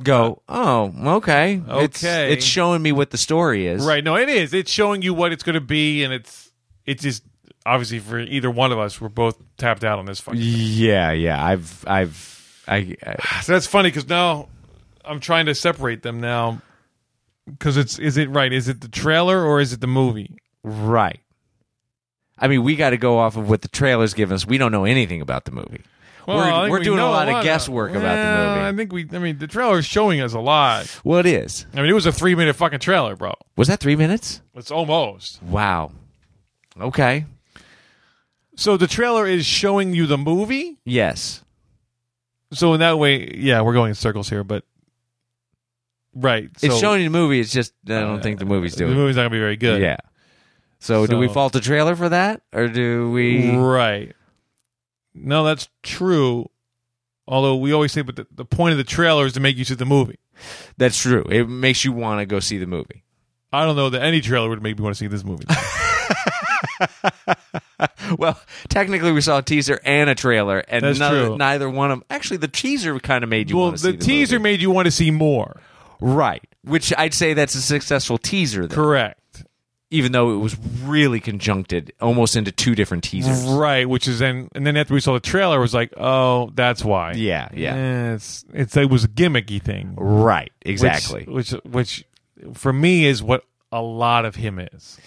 go, oh, okay. It's,
Uh, Okay.
it's showing me what the story is.
right. No, it is. It's showing you what it's going to be, and it's it's just obviously for either one of us, we're both tapped out on this fucking.
Yeah, yeah. I've, I've, I, I
So that's funny because now I'm trying to separate them now. Because it's is it right? Is it the trailer or is it the movie?
right. I mean, we got to go off of what the trailer's giving us. We don't know anything about the movie. We're-
I think
we're
we
doing a
know
lot of guesswork about the
Well,
movie.
I think we. I mean, the trailer is showing us a lot.
Well, it is.
I mean, it was a three minute fucking trailer, bro.
Was that three minutes?
It's almost.
Wow. Okay.
So the trailer is showing you the movie.
Yes.
So in that way, yeah, we're going in circles here, but right.
it's
so Uh,
showing you the movie. It's just, I don't think the movie's
The
doing
movie's not gonna be very good.
Yeah. So, do we
So-
fault the trailer for that? Or do we.
Right. No, that's true. Although we always say, but the, the point of the trailer is to make you see the movie.
That's true. It makes you want to go see the movie.
I don't know that any trailer would make me want to see this movie.
Well, technically, we saw a teaser and a trailer, and
That's
neither,
true.
neither one of them. Actually, the teaser kind of made you.
well,
wanna see
the teaser
movie.
made you want to see more.
right? Which I'd say that's a successful teaser, though,
Correct.
even though it was really conjuncted, almost into two different teasers.
Right, which is then, and then after we saw the trailer, it was like, oh, that's why.
Yeah, yeah.
Eh, it's it's it was a gimmicky thing. Which-
Right, exactly.
Which, which for me is what a lot of him is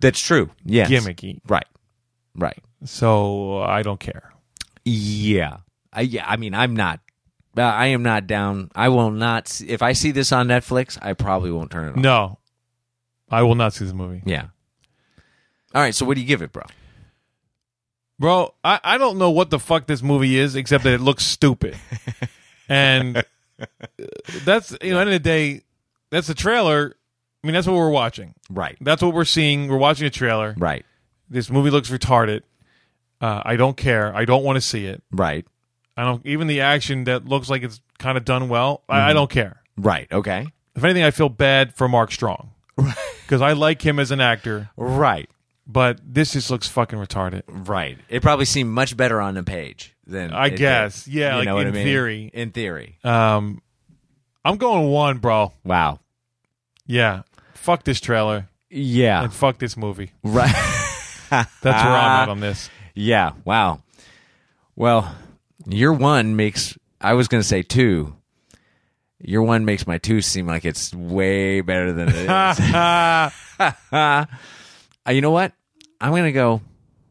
that's true. Yes,
gimmicky.
Right, right.
So I don't care.
Yeah, I, yeah. I mean, I'm not. uh, I am not down. I will not. s- If I see this on Netflix, I probably won't turn it on.
No, I will not see this movie.
Yeah. All right. So, what do you give it, bro?
Bro, I, I don't know what the fuck this movie is except that it looks stupid. and uh, that's you know, end of the day, that's the trailer. I mean, that's what we're watching.
Right.
That's what we're seeing. We're watching a trailer.
Right.
This movie looks retarded. Uh, I don't care. I don't want to see it.
Right.
I don't. Even the action that looks like it's kind of done well, I, I don't care.
Right. Okay.
If anything, I feel bad for Mark Strong because I like him as an actor,
Right.
but this just looks fucking retarded.
Right. It probably seemed much better on the page than
I
it did.
guess. Yeah,
You
like,
know what
in
I mean?
theory.
In theory.
Um, I'm going one, bro.
wow.
Yeah, fuck this trailer
Yeah.
and fuck this movie.
right.
That's where I'm at on this.
Yeah. Wow. Well, your one makes. I was going to say two. Your one makes my two seem like it's way better than it is. Uh, you know what? I'm going to go.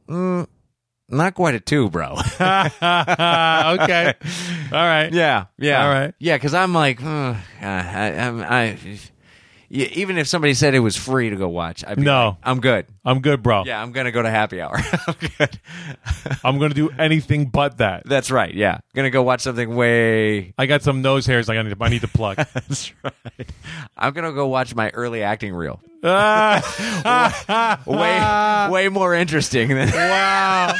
mm, not quite a two, bro.
Ah, okay, all right.
Yeah, yeah,
All right.
yeah. Because I'm like, "Ugh, I, I'm- I, yeah, even if somebody said it was free to go watch, I'd be
No.
like, I'm good.
I'm good, bro.
Yeah, I'm gonna go to happy hour. I'm good.
I'm gonna do anything but that.
That's right. Yeah, gonna go watch something way.
I got some nose hairs. Like I need to, I need to plug.
That's right. I'm gonna go watch my early acting reel.
Ah.
Way, way more interesting than.
wow,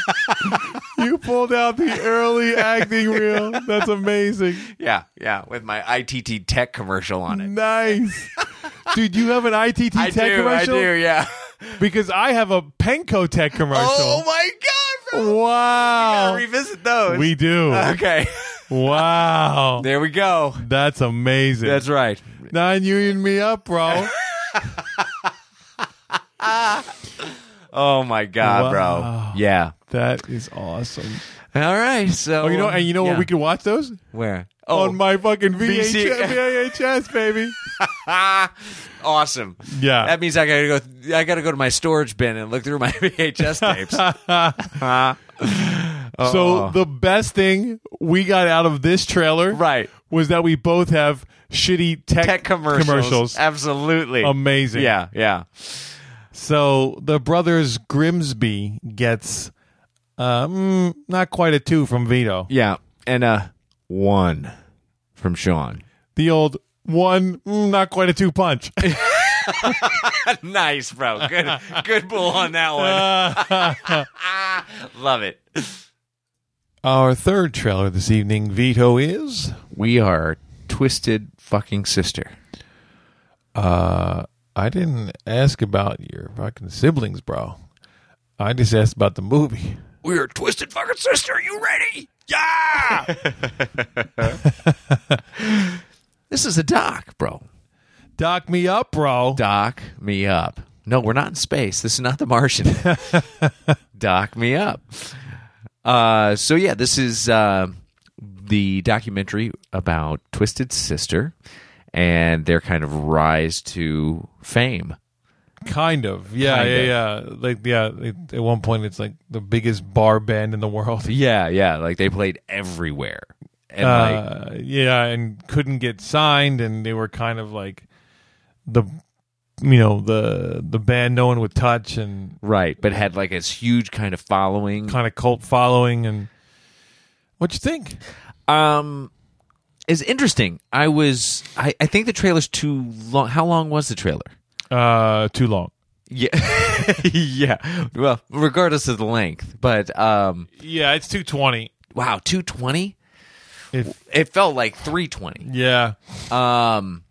you pulled out the early acting reel. That's amazing.
Yeah, yeah, with my ITT Tech commercial on it.
Nice, dude. You have an ITT
I
Mm, tech
do,
commercial
I do. Yeah.
because I have a Penco tech commercial.
Oh my god, bro!
Wow.
Gotta revisit those.
We do.
okay.
Wow.
There we go.
That's amazing.
That's right.
Nine union me up, bro.
Oh my
Wow.
god, bro. Yeah.
that is awesome.
All right. So
Oh, you know, and you know
yeah.
where we could watch those?
where? Oh,
On my fucking
VC.
VHS, VHS baby.
ah, awesome.
Yeah.
That means I gotta go. I gotta go to my storage bin and look through my VHS tapes.
So the best thing we got out of this trailer
Uh-uh. Right.
was that we both have shitty tech,
Tech commercials. Absolutely.
Amazing.
Yeah. Yeah.
So the brothers Grimsby gets uh, mm, not quite a two from Vito.
Yeah. And uh, one from Sean.
The old one, mm, not quite a two punch.
nice, bro. Good. good bull on that one. Love it.
Our third trailer this evening, Vito, is
We are twisted fucking sister.
Uh, I didn't ask about your fucking siblings, bro. I just asked about the movie.
We are twisted fucking sister. Are you ready? Yeah. this is a doc, bro.
Dock me up, bro.
Doc me up. No, we're not in space. This is not the Martian. doc me up. Uh, so yeah, this is uh, the documentary about Twisted Sister and their kind of rise to fame.
kind of. Yeah,
Kind
yeah,
of.
yeah. Like, yeah, it, at one point it's like the biggest bar band in the world.
Yeah, yeah, like they played everywhere. And like,
Uh, yeah, and couldn't get signed, and they were kind of like the, you know, the the band no one would touch, and
right, but had like this huge kind of following.
kind of cult following. And what you think?
um is interesting. I was I, I think the trailer's too long. How long was the trailer?
Uh, too long.
Yeah. yeah. Well, regardless of the length, but um
Yeah, it's two twenty.
wow, 220?
If
It felt like 320.
yeah,
Um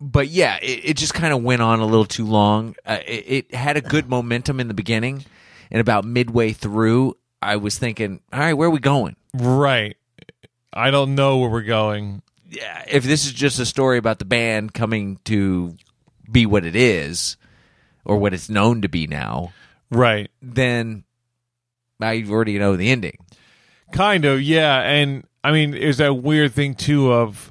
but yeah, it, it just kind of went on a little too long. Uh, it, it had a good momentum in the beginning, and about midway through, I was thinking, "All right, where are we going?"
Right. I don't know where we're going.
yeah, if this is just a story about the band coming to be what it is or what it's known to be now,
Right.
then I already know the ending.
Kind of, yeah. And I mean, there's that weird thing too of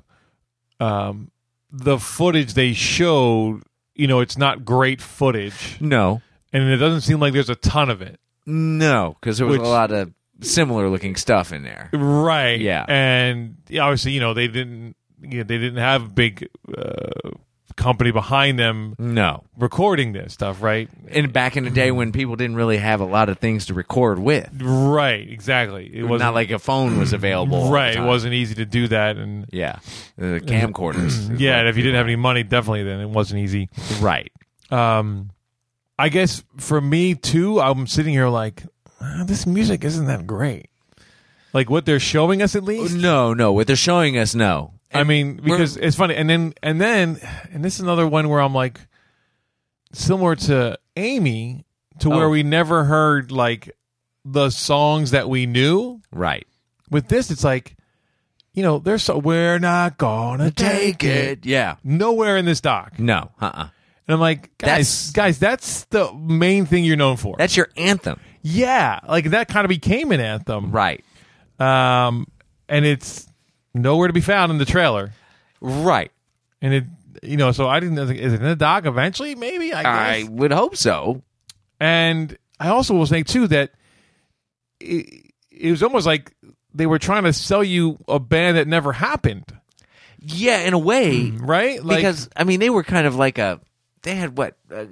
um the footage they showed, you know, it's not great footage.
No,
And it doesn't seem like there's a ton of it.
no, because there was
Which-
a lot of similar looking stuff in there.
Right.
Yeah.
And yeah, obviously, you know, they didn't you know, they didn't have big uh company behind them
No.
recording this stuff, right?
And back in the day when people didn't really have a lot of things to record with,
Right, exactly. It was
not like a phone was available. all the
right. It
time.
wasn't easy to do that, and
Yeah, the camcorders. is
yeah,
what
and if you
people-
didn't have any money, definitely then it wasn't easy.
right.
um i guess for me too i'm sitting here like "Ah, this music isn't that great like what they're showing us at least
No, no. What they're showing us, no.
i mean
we're-
because it's funny and then and then and this is another one where i'm like similar to amy to where
Oh.
we never heard like the songs that we knew
Right.
with this it's like you know there's so we're not gonna take it
Yeah.
nowhere in this doc and
No. Uh-uh.
i'm like guys
That's-
guys that's the main thing you're known for
That's your anthem.
Yeah, like that kind of became an anthem.
Right.
Um, and it's nowhere to be found in the trailer.
Right.
And it, you know, so I didn't. Is it in the doc eventually? Maybe I
I
guess.
would hope so.
and I also will say too that it, it was almost like they were trying to sell you a band that never happened,
Yeah, in a way,
Mm, right? Like,
because I mean, they were kind of like a. They had what? Uh,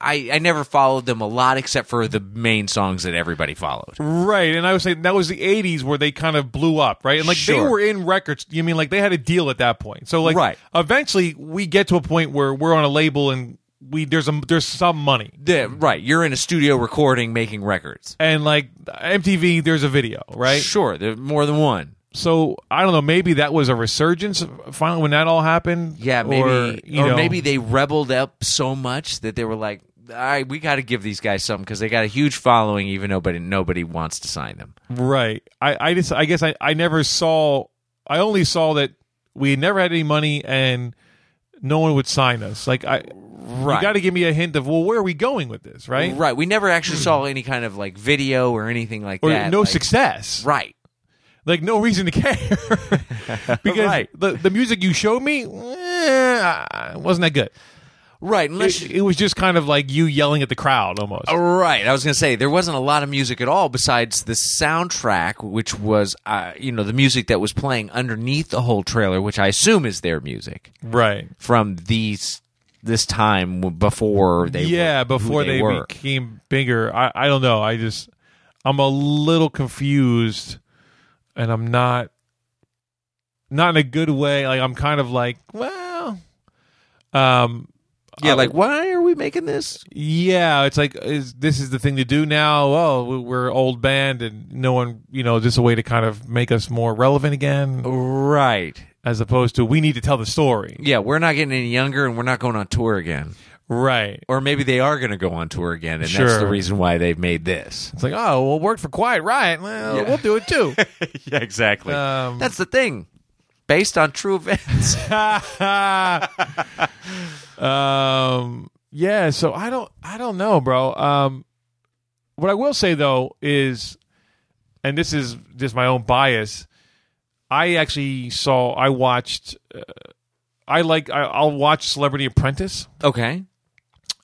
I I never followed them a lot except for the main songs that everybody followed.
right. And I was saying that was the '80s where they kind of blew up, right? And like they
Sure.
were in records. You mean like they had a deal at that point? So like,
Right.
Eventually, we get to a point where we're on a label and we there's a there's some money.
Yeah, right. You're in a studio recording, making records.
and like MTV, there's a video, right?
Sure, there more than one.
So I don't know. Maybe that was a resurgence finally when that all happened.
Yeah, maybe
or,
or,
you know,
maybe they rebelled up so much that they were like, "All right, we got to give these guys something because they got a huge following, even though nobody nobody wants to sign them."
right. I, I just I guess I, I never saw. I only saw that we never had any money and no one would sign us. Like I, you
Right.
got to give me a hint of well, where are we going with this, right?
Right. We never actually saw any kind of like video or anything like
Or
that.
no
like-
success,
Right.
like no reason to care, because
Right.
the the music you showed me eh, wasn't that good.
Right. Unless
It, it was just kind of like you yelling at the crowd almost.
Oh, Right. I was going to say there wasn't a lot of music at all besides the soundtrack, which was, uh, you know, the music that was playing underneath the whole trailer, which I assume is their music
Right.
from these this time w- before they
yeah
were, who
before
they,
they,
were.
became bigger I, I don't know i just i'm a little confused and i'm not not in a good way like i'm kind of like well um
yeah, like why are we making this?
yeah it's like is, this is the thing to do now oh we- we're old band and no one you know is this a way to kind of make us more relevant again
Right.
as opposed to we need to tell the story
Yeah, we're not getting any younger, and we're not going on tour again.
right
Or maybe they are going to go on tour again, and that's
Sure.
the reason why they've made this.
it's like oh well it worked for quiet riot well,
Yeah.
we'll do it too
yeah, exactly.
Um,
that's the thing, based on true events.
um yeah so i don't i don't know bro um what i will say though is and this is just my own bias i actually saw i watched uh, i like I, i'll watch celebrity apprentice
okay.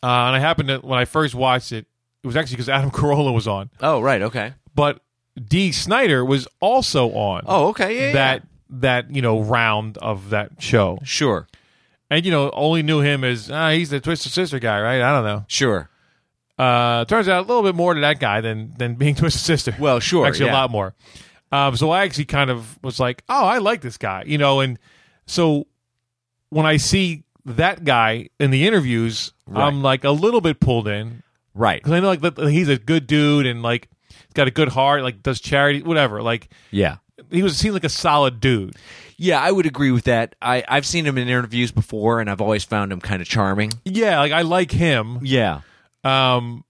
uh, and i happened to when i first watched it it was actually because adam carolla was on
Oh, right. Okay.
but d snyder was also on
Oh, okay. Yeah. yeah,
that
yeah.
that you know round of that show
Sure.
and you know only knew him as ah, he's the twisted sister guy right i don't know
Sure.
uh turns out a little bit more to that guy than than being twisted sister
Well, sure,
actually a
yeah.
lot more um so i actually kind of was like oh i like this guy you know and so when i see that guy in the interviews i'm like a little bit pulled in
Right.
because i know like that- he's a good dude and like he's got a good heart like does charity whatever like
Yeah.
he was seemed like a solid dude
Yeah, I would agree with that. I, I've seen him in interviews before, and I've always found him kind of charming.
yeah like i like him
Yeah.
um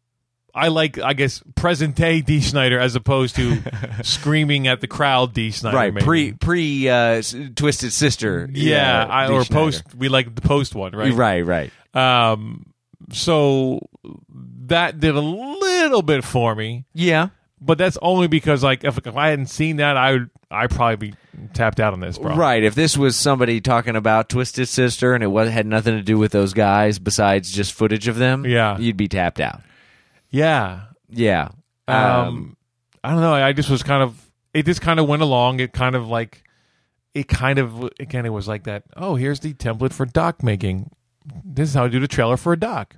I like, I guess, present day D. Snyder as opposed to screaming at the crowd D. Snyder.
Right.
maybe.
Pre pre uh, s- Twisted Sister.
yeah,
uh,
I,
Dee
or
Snider.
post. We like the post one, right?
Right. Right.
Um, so that did a little bit for me,
Yeah.
but that's only because, like, if, if I hadn't seen that, I would, I probably be tapped out on this, bro.
Right. If this was somebody talking about Twisted Sister and it was, had nothing to do with those guys besides just footage of them,
Yeah.
you'd be tapped out.
Yeah.
Yeah.
Um, I don't know. I, I just was kind of. It just kind of went along. It kind of like. it kind of again it was like that. Oh, here's the template for doc making. This is how I do the trailer for a doc.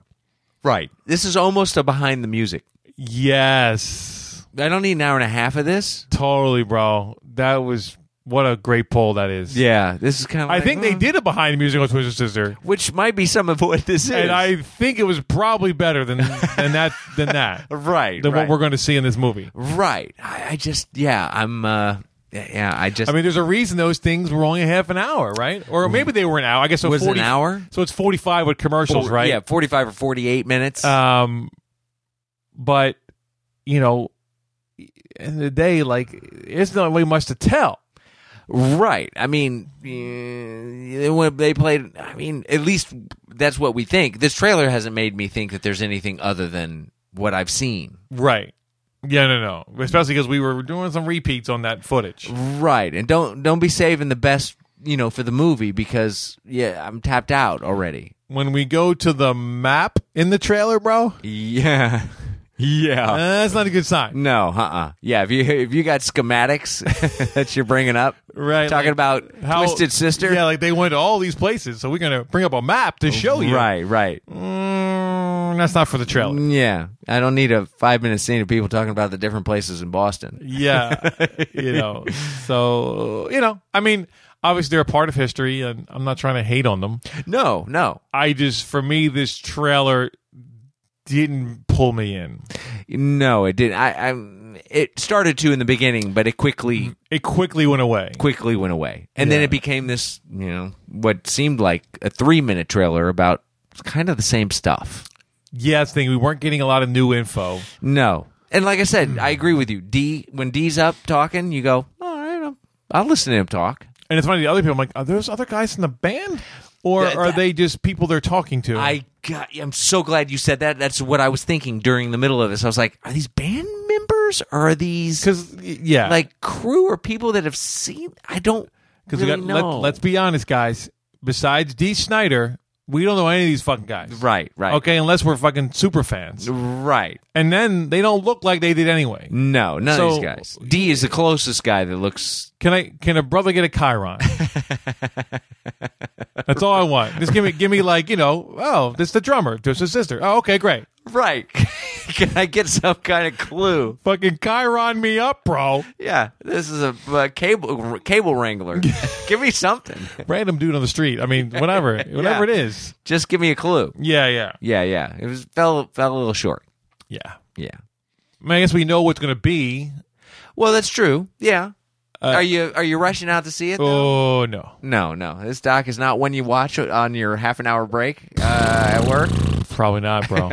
Right. This is almost a behind the music.
Yes,
I don't need an hour and a half of this.
totally, bro. That was what a great poll that is.
Yeah, this is hmm. kind of.
I think they did a behind the music with Twister Sister,
which might be some of what this is.
and I think it was probably better than than that than that
right,
than
right,
what we're going to see in this movie.
right. I, I just, yeah, I'm, uh, yeah, I just.
I mean, there's a reason those things were only half an hour, right? Or maybe they were an hour. I guess so.
Mm. Was it
40
an hour?
So it's 45 with commercials, right?
Yeah, forty-five or forty-eight minutes.
Um, but you know, in the day, like it's not really much to tell.
Right. I mean, eh, they went- they played. I mean, at least that's what we think. This trailer hasn't made me think that there's anything other than what I've seen.
Right. Yeah, no, no. Especially because we were doing some repeats on that footage.
Right. And don't don't be saving the best, you know, for the movie because yeah, I'm tapped out already.
When we go to the map in the trailer, bro,
Yeah.
uh,
Yeah.
that's not a good sign.
No, uh-uh. Yeah, if you if you got schematics that you're bringing up,
Right,
Talking
like
about
How-
Twisted Sister, Oh,
Yeah, like oh, they went to all these places, so we're gonna bring up a map to show you.
right, right.
Mm, that's not for the trailer.
Yeah, I don't need a five minute scene of people talking about the different places in Boston.
Yeah, you know. So you know, I mean, obviously they're a part of history, and I'm not trying to hate on them.
No, no,
I just, for me, this trailer didn't pull me in.
no. It didn't. I, I it started to in the beginning, but it quickly
It quickly went away.
quickly went away, and then it became this. You know, what seemed like a three minute trailer about kind of the same stuff.
Yeah, that's the thing. We weren't getting a lot of new info.
No, and like I
Hmm.
said, I agree with you. D when D's up talking, you go, all right, I'll, I'll listen to him talk.
And it's funny, the other people, I'm like, are those other guys in the band? Or
That-
are
that-
they just people they're talking to?
I got. I'm so glad you said that. That's what I was thinking during the middle of this. I was like, are these band members? Or are these?
Because, yeah.
like crew or people that have seen. I don't
Because
really
we got.
know.
Let, us be honest, guys. Besides D. Snyder, we don't know any of these fucking guys,
right, right,
Okay, unless we're fucking super fans,
right.
and then they don't look like they did anyway.
No, none of
So-
these guys. D is the closest guy that looks.
Can I? Can a brother get a Chiron? That's all I want. Just give me, give me like you know. Oh, this the drummer. This his sister. Oh, okay, great.
Right. Can I get some kind of clue?
Fucking Chiron me up, bro.
Yeah, this is a, uh cable cable wrangler. give me something.
Random dude on the street. I mean, whatever, whatever it is.
Just give me a clue.
Yeah, yeah,
Yeah, yeah. It was fell fell a little short.
yeah.
Yeah.
I, mean, I guess we know what's gonna be.
Well, that's true. Yeah.
Uh,
are you are you rushing out to see it? though?
Oh no.
No, no. This doc is not one you watch on your half an hour break uh, at work.
Probably not, bro.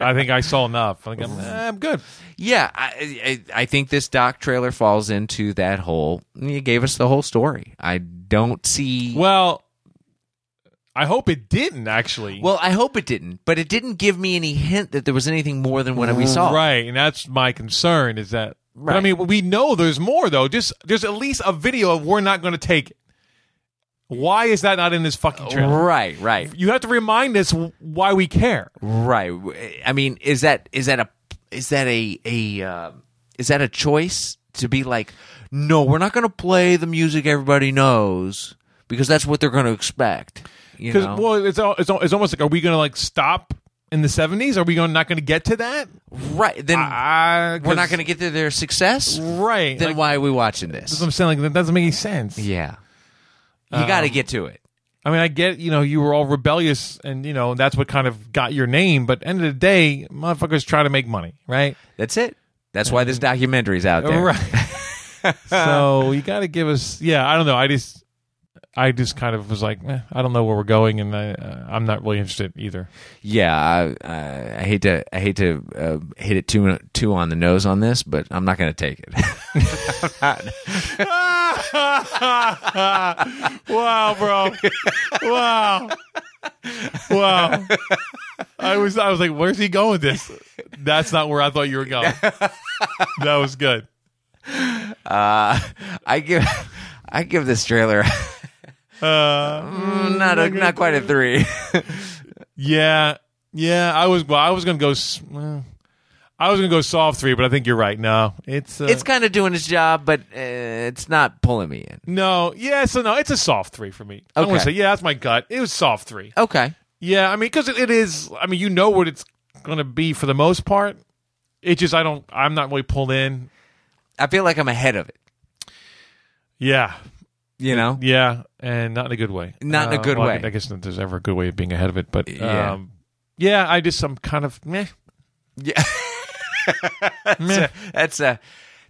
I think I saw enough. I think I'm, eh, I'm good.
Yeah, I, I I think this doc trailer falls into that whole. You gave us the whole story. I don't see.
Well, I hope it didn't actually.
Well, I hope it didn't, but it didn't give me any hint that there was anything more than what we saw.
right, and that's my concern is that. But I
Right.
mean, we know there's more though. Just there's at least a video of we're not going to take it. Why is that not in this fucking trailer?
right, right,
You have to remind us why we care.
right. I mean, is that is that a is that a a uh, is that a choice to be like, no, we're not going to play the music everybody knows because that's what they're going to expect. You
Because
know,
well, it's, al- it's al- it's almost like are we going to like stop in the seventies? Are we going not going to get to that?
right? Then
I,
we're not going to get to their success.
right.
Then
like,
why are we watching this?
that's what I'm saying. Like that doesn't make Um, any sense.
Yeah. You got to get to it.
I mean, I get you know you were all rebellious, and you know that's what kind of got your name. But end of the day, motherfuckers try to make money, right?
That's it. That's why this documentary's out there.
Right. so you got to give us. Yeah, I don't know. I just, I just kind of was like, eh, I don't know where we're going, and I, uh, I'm not really interested either.
Yeah, I, I, I hate to I hate to uh, hit it too too on the nose on this, but I'm not going to take it.
wow, bro. Wow. Wow. I was, I was like, where's he going with this? That's not where I thought you were going. that was good.
Uh, I give I give this trailer
Uh,
not a, not quite a three.
yeah, yeah. I was, well, I was gonna go. s- well, I was gonna go soft three, but I think you're right. No, it's uh,
it's kind of doing its job, but uh, it's not pulling me in.
no, yeah. So no, it's a soft three for me. I'm gonna
Okay.
say yeah, that's my gut. It was soft three.
Okay.
Yeah, I mean, because it, it is. I mean, you know what it's gonna be for the most part. It just I don't. I'm not really pulled in.
I feel like I'm ahead of it.
Yeah,
You know?
yeah, and not in a good way.
Not in a
Uh,
good
well, I
way.
gu- I guess that there's ever a good way of being ahead of it, but
Yeah.
um, yeah, I just I'm kind of meh.
Yeah.
meh.
That's a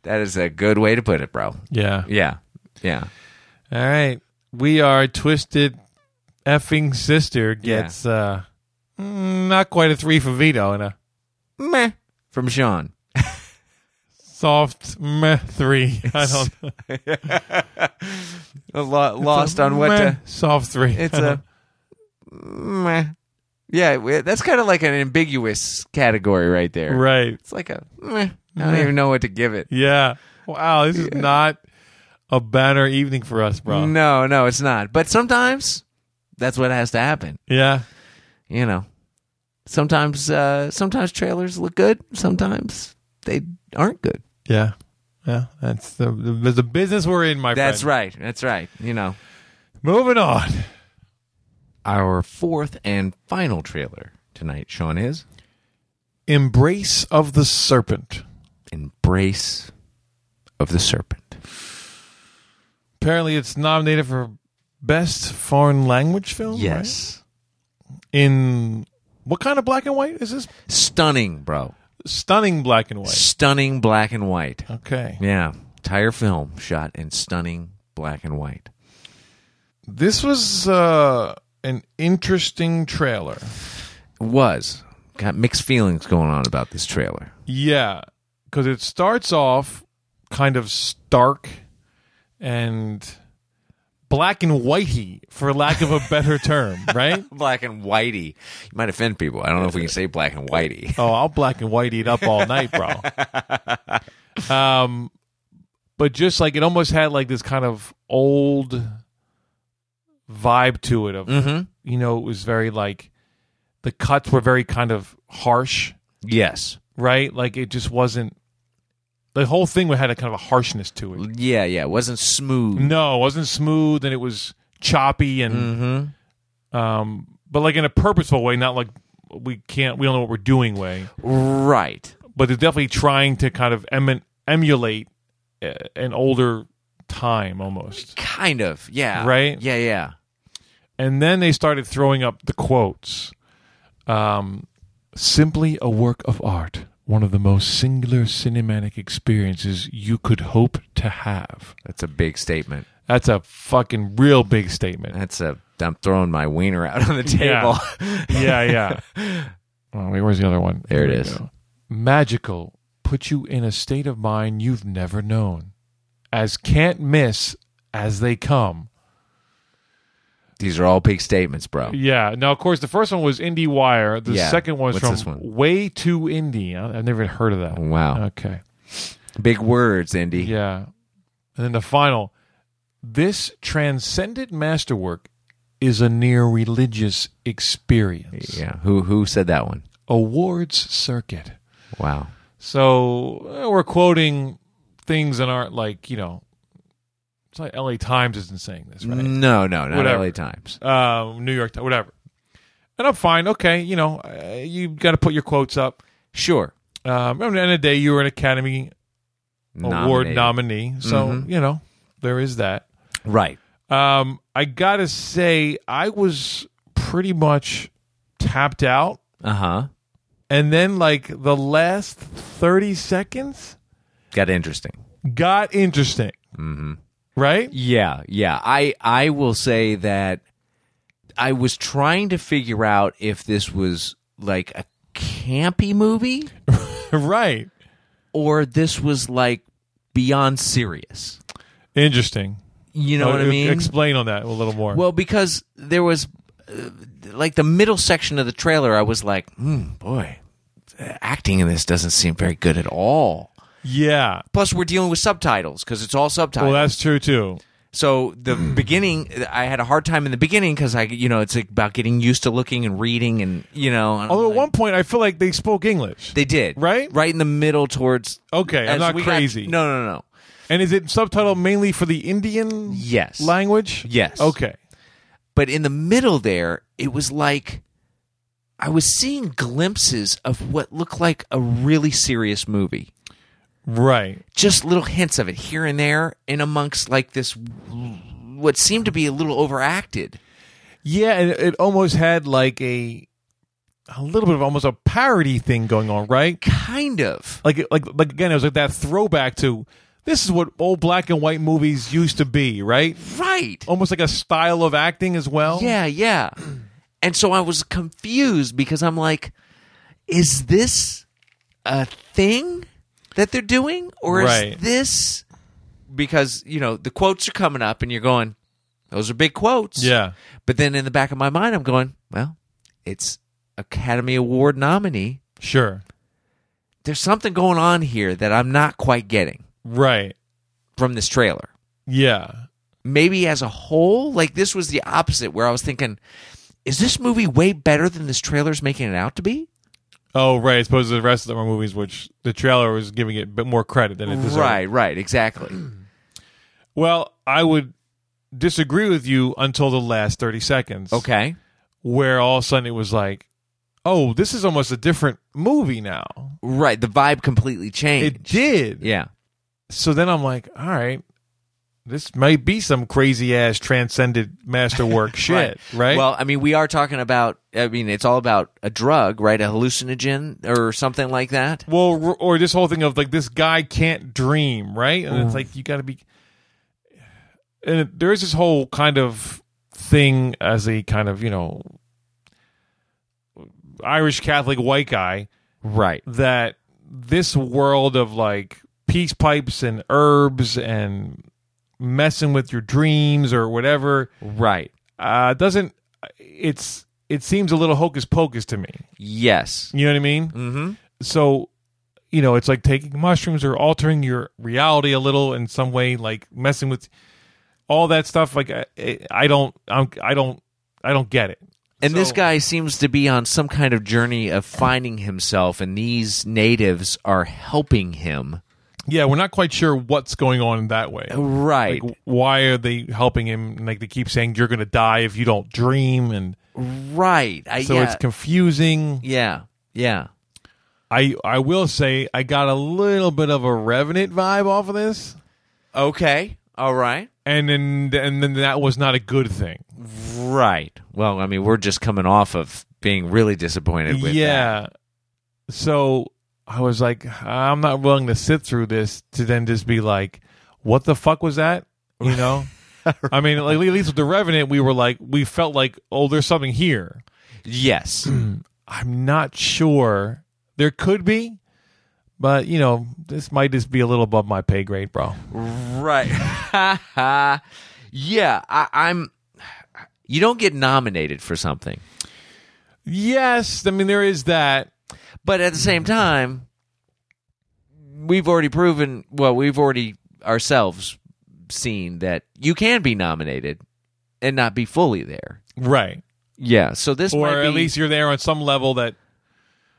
that is a good way to put it, bro.
Yeah.
Yeah. Yeah.
All right. We are twisted effing sister gets uh mm, not quite a three for Vito and a
Meh. From Sean.
soft meh three. I don't know.
A lo- lost on what
Meh,
to
soft three.
It's a meh. Yeah, we- that's kind of like an ambiguous category right there.
right.
It's like a meh. I don't even know what to give it.
Yeah. Wow, this is not a banner evening for us, bro.
No, no, it's not. But sometimes that's what has to happen.
Yeah.
You know, sometimes uh, sometimes trailers look good. Sometimes they aren't good.
Yeah. Yeah. That's the the, the business we're in, my
That's
friend.
right. That's right. You know,
That's right. Moving on.
our fourth and final trailer tonight, Sean is
Embrace of the Serpent.
"Embrace of the Serpent."
Apparently it's nominated for Best Foreign Language Film. right?
Yes,
in what kind of black and white is this?
stunning, bro.
Stunning black and white.
Stunning black and white.
Okay.
Yeah, entire film shot in stunning black and white.
This was uh, an interesting trailer.
Was got mixed feelings going on about this trailer.
Yeah, because it starts off kind of stark and black and whitey, for lack of a better term, right?
Black and whitey. You might offend people. I don't know if we can say black and whitey.
Oh, I'll black and white eat up all night, bro. um, but just like it almost had like this kind of old vibe to it of
Mm-hmm.
you know, it was very like the cuts were very kind of harsh,
Yes.
right? Like it just wasn't the whole thing had a kind of a harshness to it.
Yeah, yeah. It wasn't smooth.
No, it wasn't smooth and it was choppy and
Mm-hmm.
um but like in a purposeful way, not like we can't we don't know what we're doing way.
Right.
But they're definitely trying to kind of emin emulate uh, an older time almost.
Kind of. Yeah.
Right?
Yeah, yeah.
and then they started throwing up the quotes. Um, Simply a work of art, one of the most singular cinematic experiences you could hope to have.
That's a big statement.
That's a fucking real big statement.
That's a. I'm throwing my wiener out on the table.
yeah, yeah. Oh, wait, where's the other one?
There it
Here we
is.
go. Magical, put you in a state of mind you've never known. As can't miss as they come.
These are all big statements, bro.
Yeah. Now, of course, the first one was Indie Wire. The
Yeah.
second one is
What's
from
this one?
Way Too Indie. I- I've never even heard of that.
Wow.
Okay.
Big words, Indy.
Yeah. And then the final. This transcendent masterwork is a near religious experience.
Yeah. Who who said that one?
Awards circuit.
Wow.
So eh, we're quoting things that aren't like, you know, it's like LA Times isn't saying this, right?
No, no, not
Whatever.
LA Times.
Uh, New York, Ti- whatever. And I'm fine. Okay. You know, uh, you got to put your quotes up.
Sure.
Um, at the end of the day, you were an Academy Award
Nominated.
nominee, Mm-hmm. so
Mhm.
you know there is that.
Right.
Um, I gotta say, I was pretty much tapped out,
Uh huh.
and then like the last thirty seconds
Got interesting.
got interesting. Mm-hmm. Right?
Yeah, yeah. I I will say that I was trying to figure out if this was like a campy movie
right.
or this was like beyond serious.
Interesting.
You know
Uh,
what I
e-
mean?
Explain on that a little more.
Well, because there was uh, like the middle section of the trailer, I was like, hmm, boy, the acting in this doesn't seem very good at all.
yeah.
Plus, we're dealing with subtitles because it's all subtitles.
Well, that's true too.
So the
Hmm.
beginning, I had a hard time in the beginning because I, you know, it's about getting used to looking and reading, and you know. and I'm
Although at
like-
one point I feel like they spoke English.
they did
Right?
right in the middle towards.
Okay, I'm
as
not
we got-
crazy.
no, no, no, no.
and is it subtitled mainly for the Indian
Yes.
language?
Yes.
Okay.
But in the middle there, it was like I was seeing glimpses of what looked like a really serious movie.
Right.
just little hints of it here and there in amongst like this what seemed to be a little overacted
Yeah, and it almost had like a a little bit of almost a parody thing going on, right?
kind of
Like like like again, it was like that throwback to this is what old black and white movies used to be, right?
right
Almost like a style of acting as well.
yeah yeah and so i was confused because i'm like is this a thing that they're doing or
Right.
is this because you know the quotes are coming up and you're going those are big quotes
Yeah.
but then in the back of my mind i'm going well it's academy award nominee
Sure.
there's something going on here that I'm not quite getting
Right.
from this trailer.
Yeah.
Maybe as a whole, like this was the opposite, where I was thinking, is this movie way better than this trailer's making it out to be?
Oh, right. I suppose the rest of the movies, which the trailer was giving it a bit more credit than it deserved.
Right, right, exactly.
Well, I would disagree with you until the last 30 seconds.
Okay.
Where all of a sudden it was like, oh, this is almost a different movie now.
Right. The vibe completely changed.
It did.
Yeah.
So then I'm like, all right, this might be some crazy ass transcended masterwork shit, right?
Well, I mean, we are talking about, I mean, it's all about a drug, right? A hallucinogen or something like that.
well, r- or this whole thing of like this guy can't dream, right? And it's like you got to be. And it- there is this whole kind of thing as a kind of you know Irish Catholic white guy
Right.
that this world of like peace pipes and herbs and messing with your dreams or whatever
Right.
uh, doesn't it's it seems a little hocus pocus to me.
Yes.
You know what I mean?
Mm-hmm.
so you know it's like taking mushrooms or altering your reality a little in some way like messing with all that stuff like i, I don't I'm, i don't i don't get it
And this
So-
guy seems to be on some kind of journey of finding himself, and these natives are helping him.
yeah we're not quite sure what's going on in that way
Right,
like why are they helping him and, like they keep saying you're gonna die if you don't dream and
right. I,
so
yeah,
it's confusing
yeah, yeah.
i i will say i got a little bit of a revenant vibe off of this
Okay, all right,
and then and then that was not a good thing
right. Well, I mean, we're just coming off of being really disappointed with that.
yeah so i was like i'm not willing to sit through this to then just be like what the fuck was that you know i mean like at least with the revenant we were like we felt like oh there's something here
Yes,
i'm not sure there could be but you know this might just be a little above my pay grade bro
right. yeah, I, I'm. You don't get nominated for something,
yes i mean there is that
but at the same time, we've already proven. Well, we've already ourselves seen that you can be nominated and not be fully there.
right
Yeah. So this
or
might be
at least you're there on some level that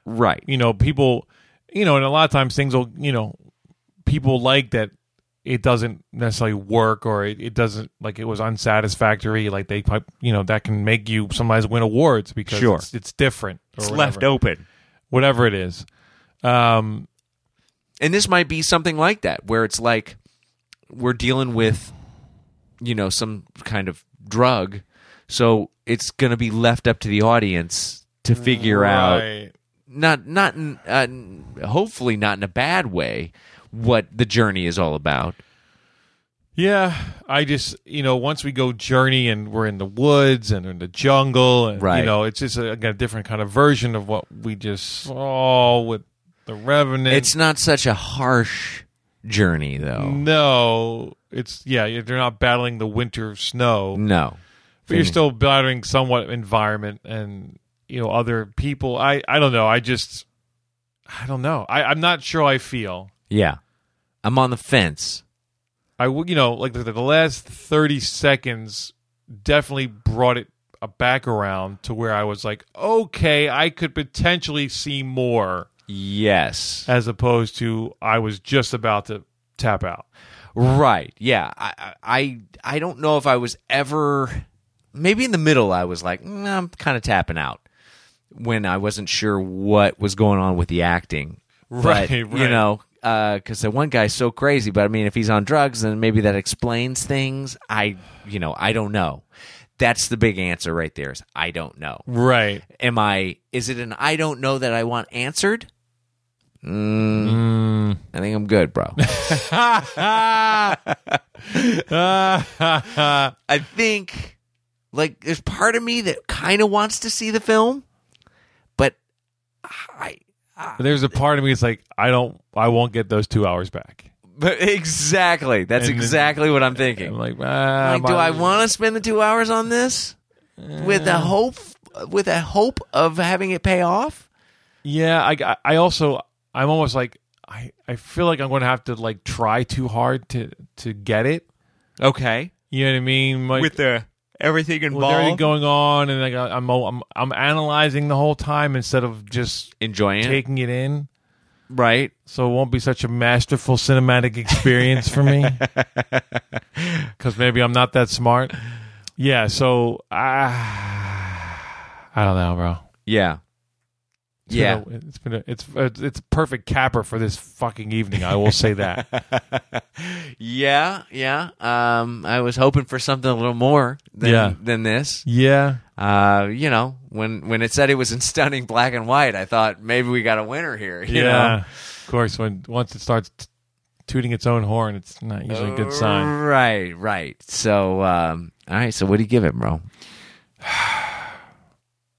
right.
you know people you know and a lot of times things will you know people like that it doesn't necessarily work or it, it doesn't like it was unsatisfactory like they might- you know that can make you sometimes win awards because
Sure.
it's, it's different or whatever,
open,
whatever it is um
and this might be something like that, where it's like we're dealing with you know some kind of drug, so it's going to be left up to the audience to figure out
right.
not not in, uh, n- hopefully not in a bad way what the journey is all about.
yeah i just you know once we go journey and we're in the woods and in the jungle and you
Right.
know it's just a, a different kind of version of what we just saw with the revenant
It's not such a harsh journey
Mm.
though.
No, it's yeah. you- They're not battling the winter snow,
No.
but you're still battling somewhat environment and you know other people. I I don't know. I just I don't know. I I'm not sure. I feel
Yeah. I'm on the fence.
I would, you know, like the, the last 30 seconds definitely brought it uh, back around to where I was like, okay, I could potentially see more
Yes.
as opposed to I was just about to tap out.
Right. Yeah. I, I I I don't know if I was ever. Maybe in the middle, I was like, "Mm, I'm kind of tapping out when I wasn't sure what was going on with the acting.
Right,
But, You
right.
know, because the one guy's so crazy. But I mean, if he's on drugs, then maybe that explains things. I you know I don't know. That's the big answer right there. Is I don't know.
Right.
Am I? Is it an I don't know that I want answered? Mm, I think I'm good, bro. I think like there's part of me that kind of wants to see the film, but I
There's a part of me that's like, I don't, I won't get those two hours back.
but exactly that's
And then-
exactly what I'm
I'm
thinking.
like, "Ah,
like, do I want to spend the two hours on this with the hope with a hope of having it pay off?
Yeah, I, I- I also I'm almost like I, I feel like I'm going to have to like try too hard to to get it.
Okay,
You know what I mean? Like,
the everything
with everything going on, and like I- I'm I'm I'm analyzing the whole time instead of just
enjoying it,
taking it in.
right?
So it won't be such a masterful cinematic experience for me because maybe I'm not that smart. Yeah, so I I don't know, bro.
Yeah,
It's
yeah.
been a- it's been a, it's it's it's a perfect capper for this fucking evening. I will say that.
Yeah, yeah. Um, I was hoping for something a little more than
Yeah.
than this.
Yeah.
Uh, you know, when when it said it was in stunning black and white, I thought maybe we got a winner here. You know?
Of course, when once it starts t- tooting its own horn, it's not usually a good sign.
Right, right. So, um, all right. So, what do you give it, bro?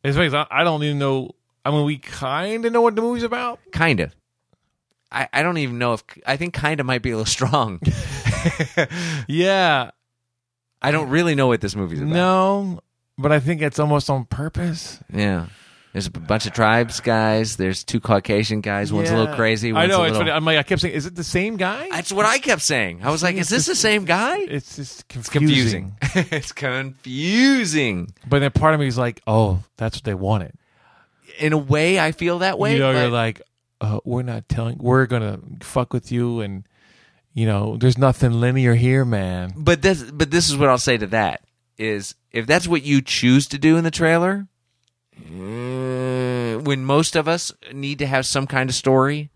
It's funny, 'cause I I don't even know. I mean, we kind of know what the movie's about.
Kind of. I, I don't even know if I think kind of might be a little strong.
Yeah.
I don't really know what this movie's about.
No, but I think it's almost on purpose.
Yeah. There's a bunch of tribes guys. There's two Caucasian guys. One's a little
Yeah.
crazy. One's
I know.
A
It's
little...
funny. I'm like, I kept saying, is it the same guy?
That's what I kept saying. I was like, is this the same guy?
it's just confusing.
confusing. it's confusing.
But then part of me is like, oh, that's what they wanted.
In a way, I feel that way.
you know, you're
but-
like, uh, we're not telling, we're gonna fuck with you, and you know, there's nothing linear here, man.
but this, but this is what I'll say to that is if that's what you choose to do in the trailer, uh, when most of us need to have some kind of story,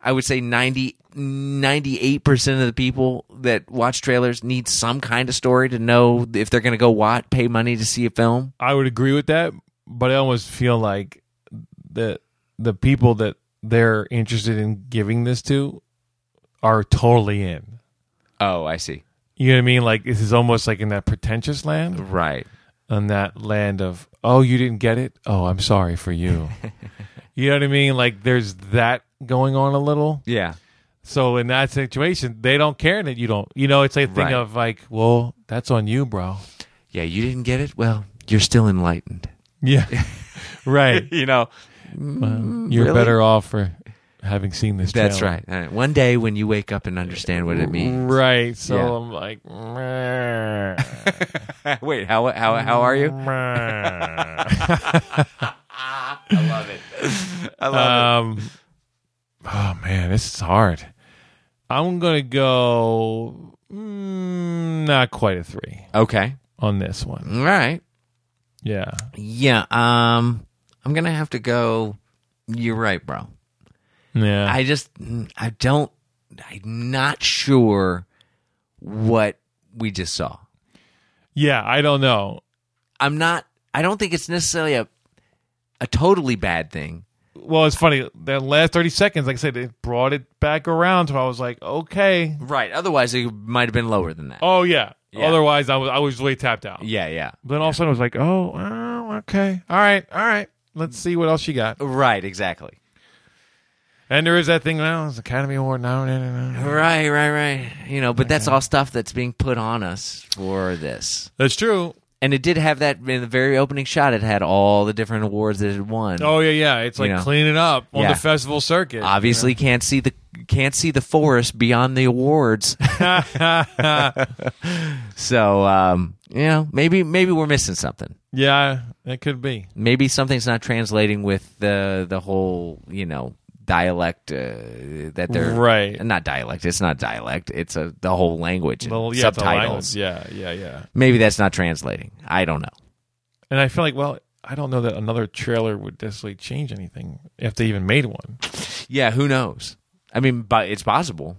I would say 90, 98% of the people that watch trailers need some kind of story to know if they're going to go watch, pay money to see a film.
I would agree with that, but I almost feel like the the people that they're interested in giving this to are totally in.
Oh, I see.
You know what I mean? Like this is almost like in that pretentious land,
Right.
on that land of oh, you didn't get it. Oh, I'm sorry for you. you know what I mean? Like there's that going on a little.
Yeah.
So in that situation, they don't care that you don't. You know, it's a thing
Right.
of like, well, that's on you, bro.
Yeah, you didn't get it? Well, you're still enlightened.
Yeah, right.
you know,
Um, you're
Mm, really?
better off for having seen this.
That's
trailer.
right. All right. One day when you wake up and understand what it means.
Right. So
Yeah.
I'm like, meh,
Wait, how how how are you?
meh.
I love
um, oh man, this is hard. I'm gonna go mm, not quite a three
it. Okay.
on this one.
All right.
Yeah.
Yeah. Um, I'm gonna have to go. You're right, bro.
Yeah.
I just I don't. I'm not sure what we just saw.
yeah. I don't know.
I'm not. I don't think it's necessarily a a totally bad thing.
well, it's funny. That last thirty seconds, like I said, it brought it back around. So I was like, okay,
Right. Otherwise, it might have been lower than that.
oh yeah.
Yeah.
Otherwise, I was I was way tapped out.
Yeah. Yeah.
But then all of a sudden, I was like, oh, oh, okay, all right, all right. Let's see what else you got.
Right. Exactly.
And there is that thing now. It's Academy Award nominated. uh,
Right, right, right. You know, but that's all stuff that's being put on us for this.
That's true.
And it did have that in the very opening shot. It had all the different awards that it won.
Oh yeah, yeah. It's like
You know.
cleaning up on
Yeah.
the festival circuit.
Obviously, can't see the can't see the forest beyond the awards. so um, you know, maybe maybe we're missing something.
Yeah, it could be.
Maybe something's not translating with the the whole you know dialect uh, that they're
Right.
Not dialect. It's not dialect. It's a the whole language. and
Well, yeah, the
subtitles.
language. Yeah, yeah, yeah.
Maybe that's not translating. I don't know.
And I feel like, well, I don't know that another trailer would necessarily change anything if they even made one.
Yeah, who knows? I mean, but it's possible.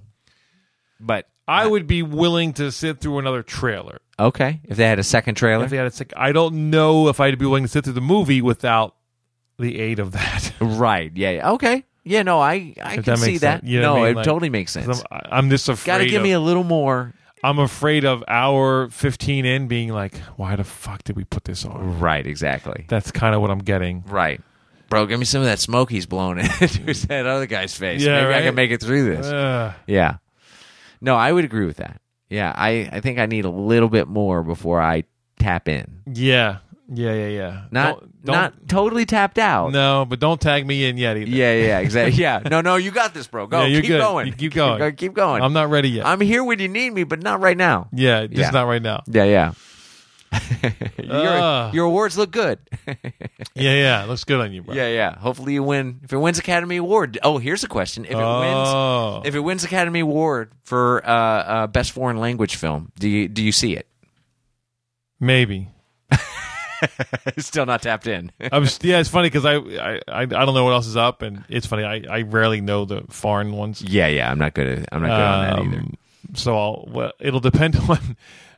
But
I would be willing to sit through another trailer
okay, if they had a second trailer,
if they had a sec- I don't know if I'd be willing to sit through the movie without the aid of that.
right? Yeah, yeah. Okay. Yeah. No, I I
If
can
that makes
see that.
sense. You know what
no,
I mean?
it
Like,
totally makes sense.
I'm, I'm just afraid.
Got to give
of,
me a little more.
I'm afraid of hour 15 in being like, why the fuck did we put this on?
Right. Exactly.
That's kind of what I'm getting.
Right. Bro, give me some of that smoke he's blowing into that other guy's face.
Yeah,
Maybe I
right?
can make it through this.
Ugh.
yeah. No, I would agree with that. Yeah, I, I think I need a little bit more before I tap in.
yeah, yeah, yeah, yeah.
Not
Don't- don't-
not totally tapped out.
no, but don't tag me in yet either.
Yeah, yeah, exactly. Yeah. No, no, you got this, bro. Go.
Yeah, you're
keep
good.
going.
You keep going.
Keep, going.
I'm not ready yet.
I'm here when you need me, but not right now.
yeah, just
Yeah.
not right now.
Yeah, yeah. your,
Ugh.
your awards look good.
Yeah, yeah, looks good on you, bro.
Yeah, yeah. Hopefully you win. If it wins Academy Award, oh, here's a question: If it
Oh.
wins, if it wins Academy Award for uh, uh, best foreign language film, do you do you see it?
Maybe.
Still not tapped in.
I'm s- yeah, it's funny because I, I I I don't know what else is up, and it's funny. I, I rarely know the foreign ones,
yeah, yeah. I'm not good. At, I'm not good on that either.
Um, so I'll well, it'll depend on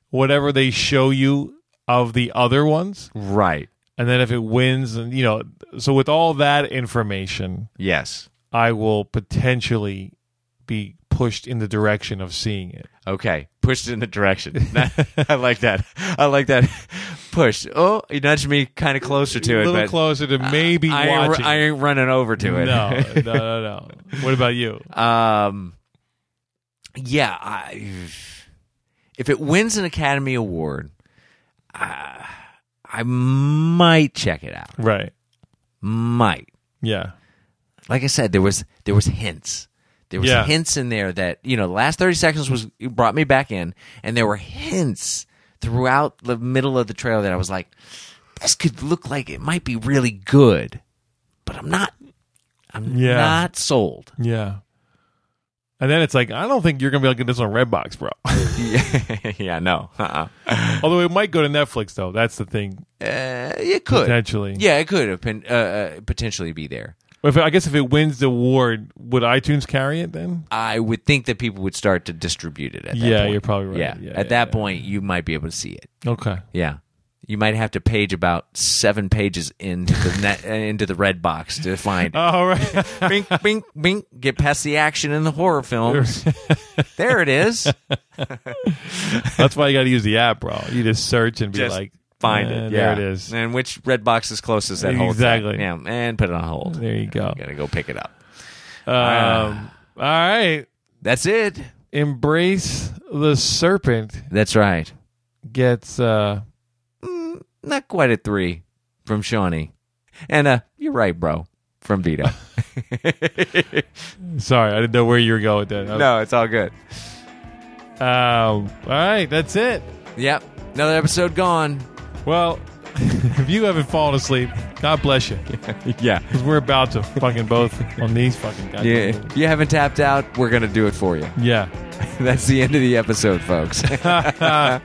whatever they show you of the other ones,
Right.
and then if it wins, and you know, so with all that information,
Yes.
I will potentially be pushed in the direction of seeing it.
Okay. Pushed in the direction. I like that. I like that. Push. Oh, you nudged me kind of closer to
a
it.
little
but
closer to maybe
Uh, I ain't, ru-
watching.
I ain't running over to it.
no, no, no, no. What about you?
Um, yeah, I, if it wins an Academy Award, I, I might check it out.
Right.
Might.
Yeah.
Like I said, there was there was hints. There was
Yeah.
hints in there that you know, the last thirty seconds was it brought me back in, and there were hints throughout the middle of the trailer that I was like, this could look like it might be really good, but I'm not. I'm
Yeah.
not sold.
Yeah. And then it's like, I don't think you're going to be able to get this on Redbox, bro.
yeah, yeah, no. Uh-uh.
Although it might go to Netflix, though. That's the thing.
Uh, it could
Potentially.
Yeah, it could have been, uh, uh, potentially be there.
If, I guess if it wins the award, would iTunes carry it then?
I would think that people would start to distribute it. At that
Yeah,
point.
you're probably right.
Yeah,
Yeah,
at
yeah,
that
yeah.
point, you might be able to see it.
Okay.
Yeah, you might have to page about seven pages into the net uh, into the red box to find. it.
All right.
bink, bink, bink. Get past the action in the horror films. there it is.
That's why you got to use the app, bro. You just search and be
Just
like,
find
"Eh,
it.
There
Yeah.
it is.
And which red box is closest that holds that.
Exactly.
Yeah, and put it on hold.
There you go.
Gotta go pick it up.
Um,
Ah.
all right.
That's it.
Embrace the Serpent
That's right.
gets. uh
Mm, not quite a three from Shawnee. And uh, you're right, bro, from Vito.
Sorry, I didn't know where you were going with that.
no, it's all good.
Um, all right, that's it.
Yep, another episode gone.
Well, if you haven't fallen asleep, God bless you.
Yeah.
Because we're about to fucking both on these fucking guys.
Yeah, if you haven't tapped out, we're going to do it for you.
Yeah.
That's the end of the episode, folks. oh,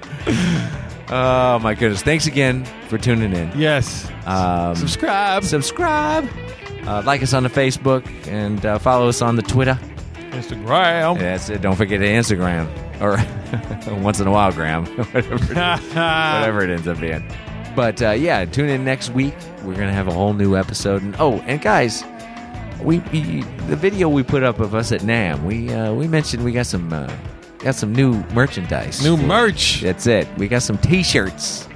my goodness. Thanks again for tuning in.
Yes.
Um,
Subscribe.
subscribe. Uh, like us on the Facebook and uh, follow us on the Twitter.
Instagram.
That's it. Don't forget to Instagram or once in a while, Graham. Whatever it is.
Uh,
whatever it ends up being. But uh, yeah, tune in next week. We're gonna have a whole new episode. And oh, and guys, we, we the video we put up of us at Nam. We uh, we mentioned we got some uh, got some new merchandise.
New merch.
That's it. We got some T-shirts.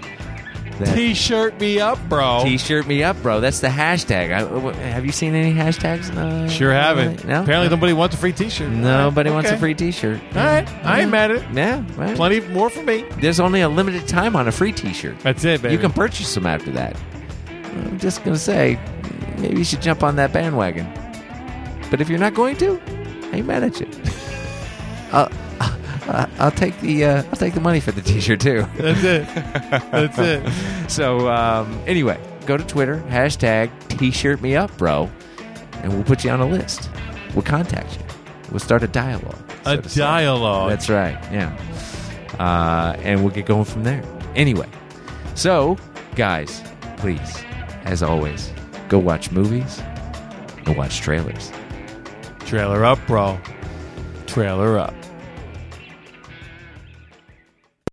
That-
T-shirt me up, bro.
T-shirt me up, bro. That's the hashtag. I, w- have you seen any hashtags? No.
sure haven't.
No.
Apparently nobody wants a free T-shirt.
Nobody
Okay.
wants a free T-shirt.
All right. I ain't mad at it.
Yeah. right.
Plenty more for me.
There's only a limited time on a free T-shirt.
That's it, baby.
You can purchase them after that. I'm just gonna say, maybe you should jump on that bandwagon. But if you're not going to, I ain't mad at you. I'll, I- I'll take the uh, I'll take the money for the T-shirt too.
That's it. That's it.
So um, anyway, go to Twitter hashtag T-shirt me up, bro, and we'll put you on a list. We'll contact you. We'll start a dialogue. so
A
to say.
dialogue.
That's right. Yeah. Uh, and we'll get going from there. Anyway, so guys, please, as always, go watch movies and watch trailers.
Trailer up, bro. Trailer up.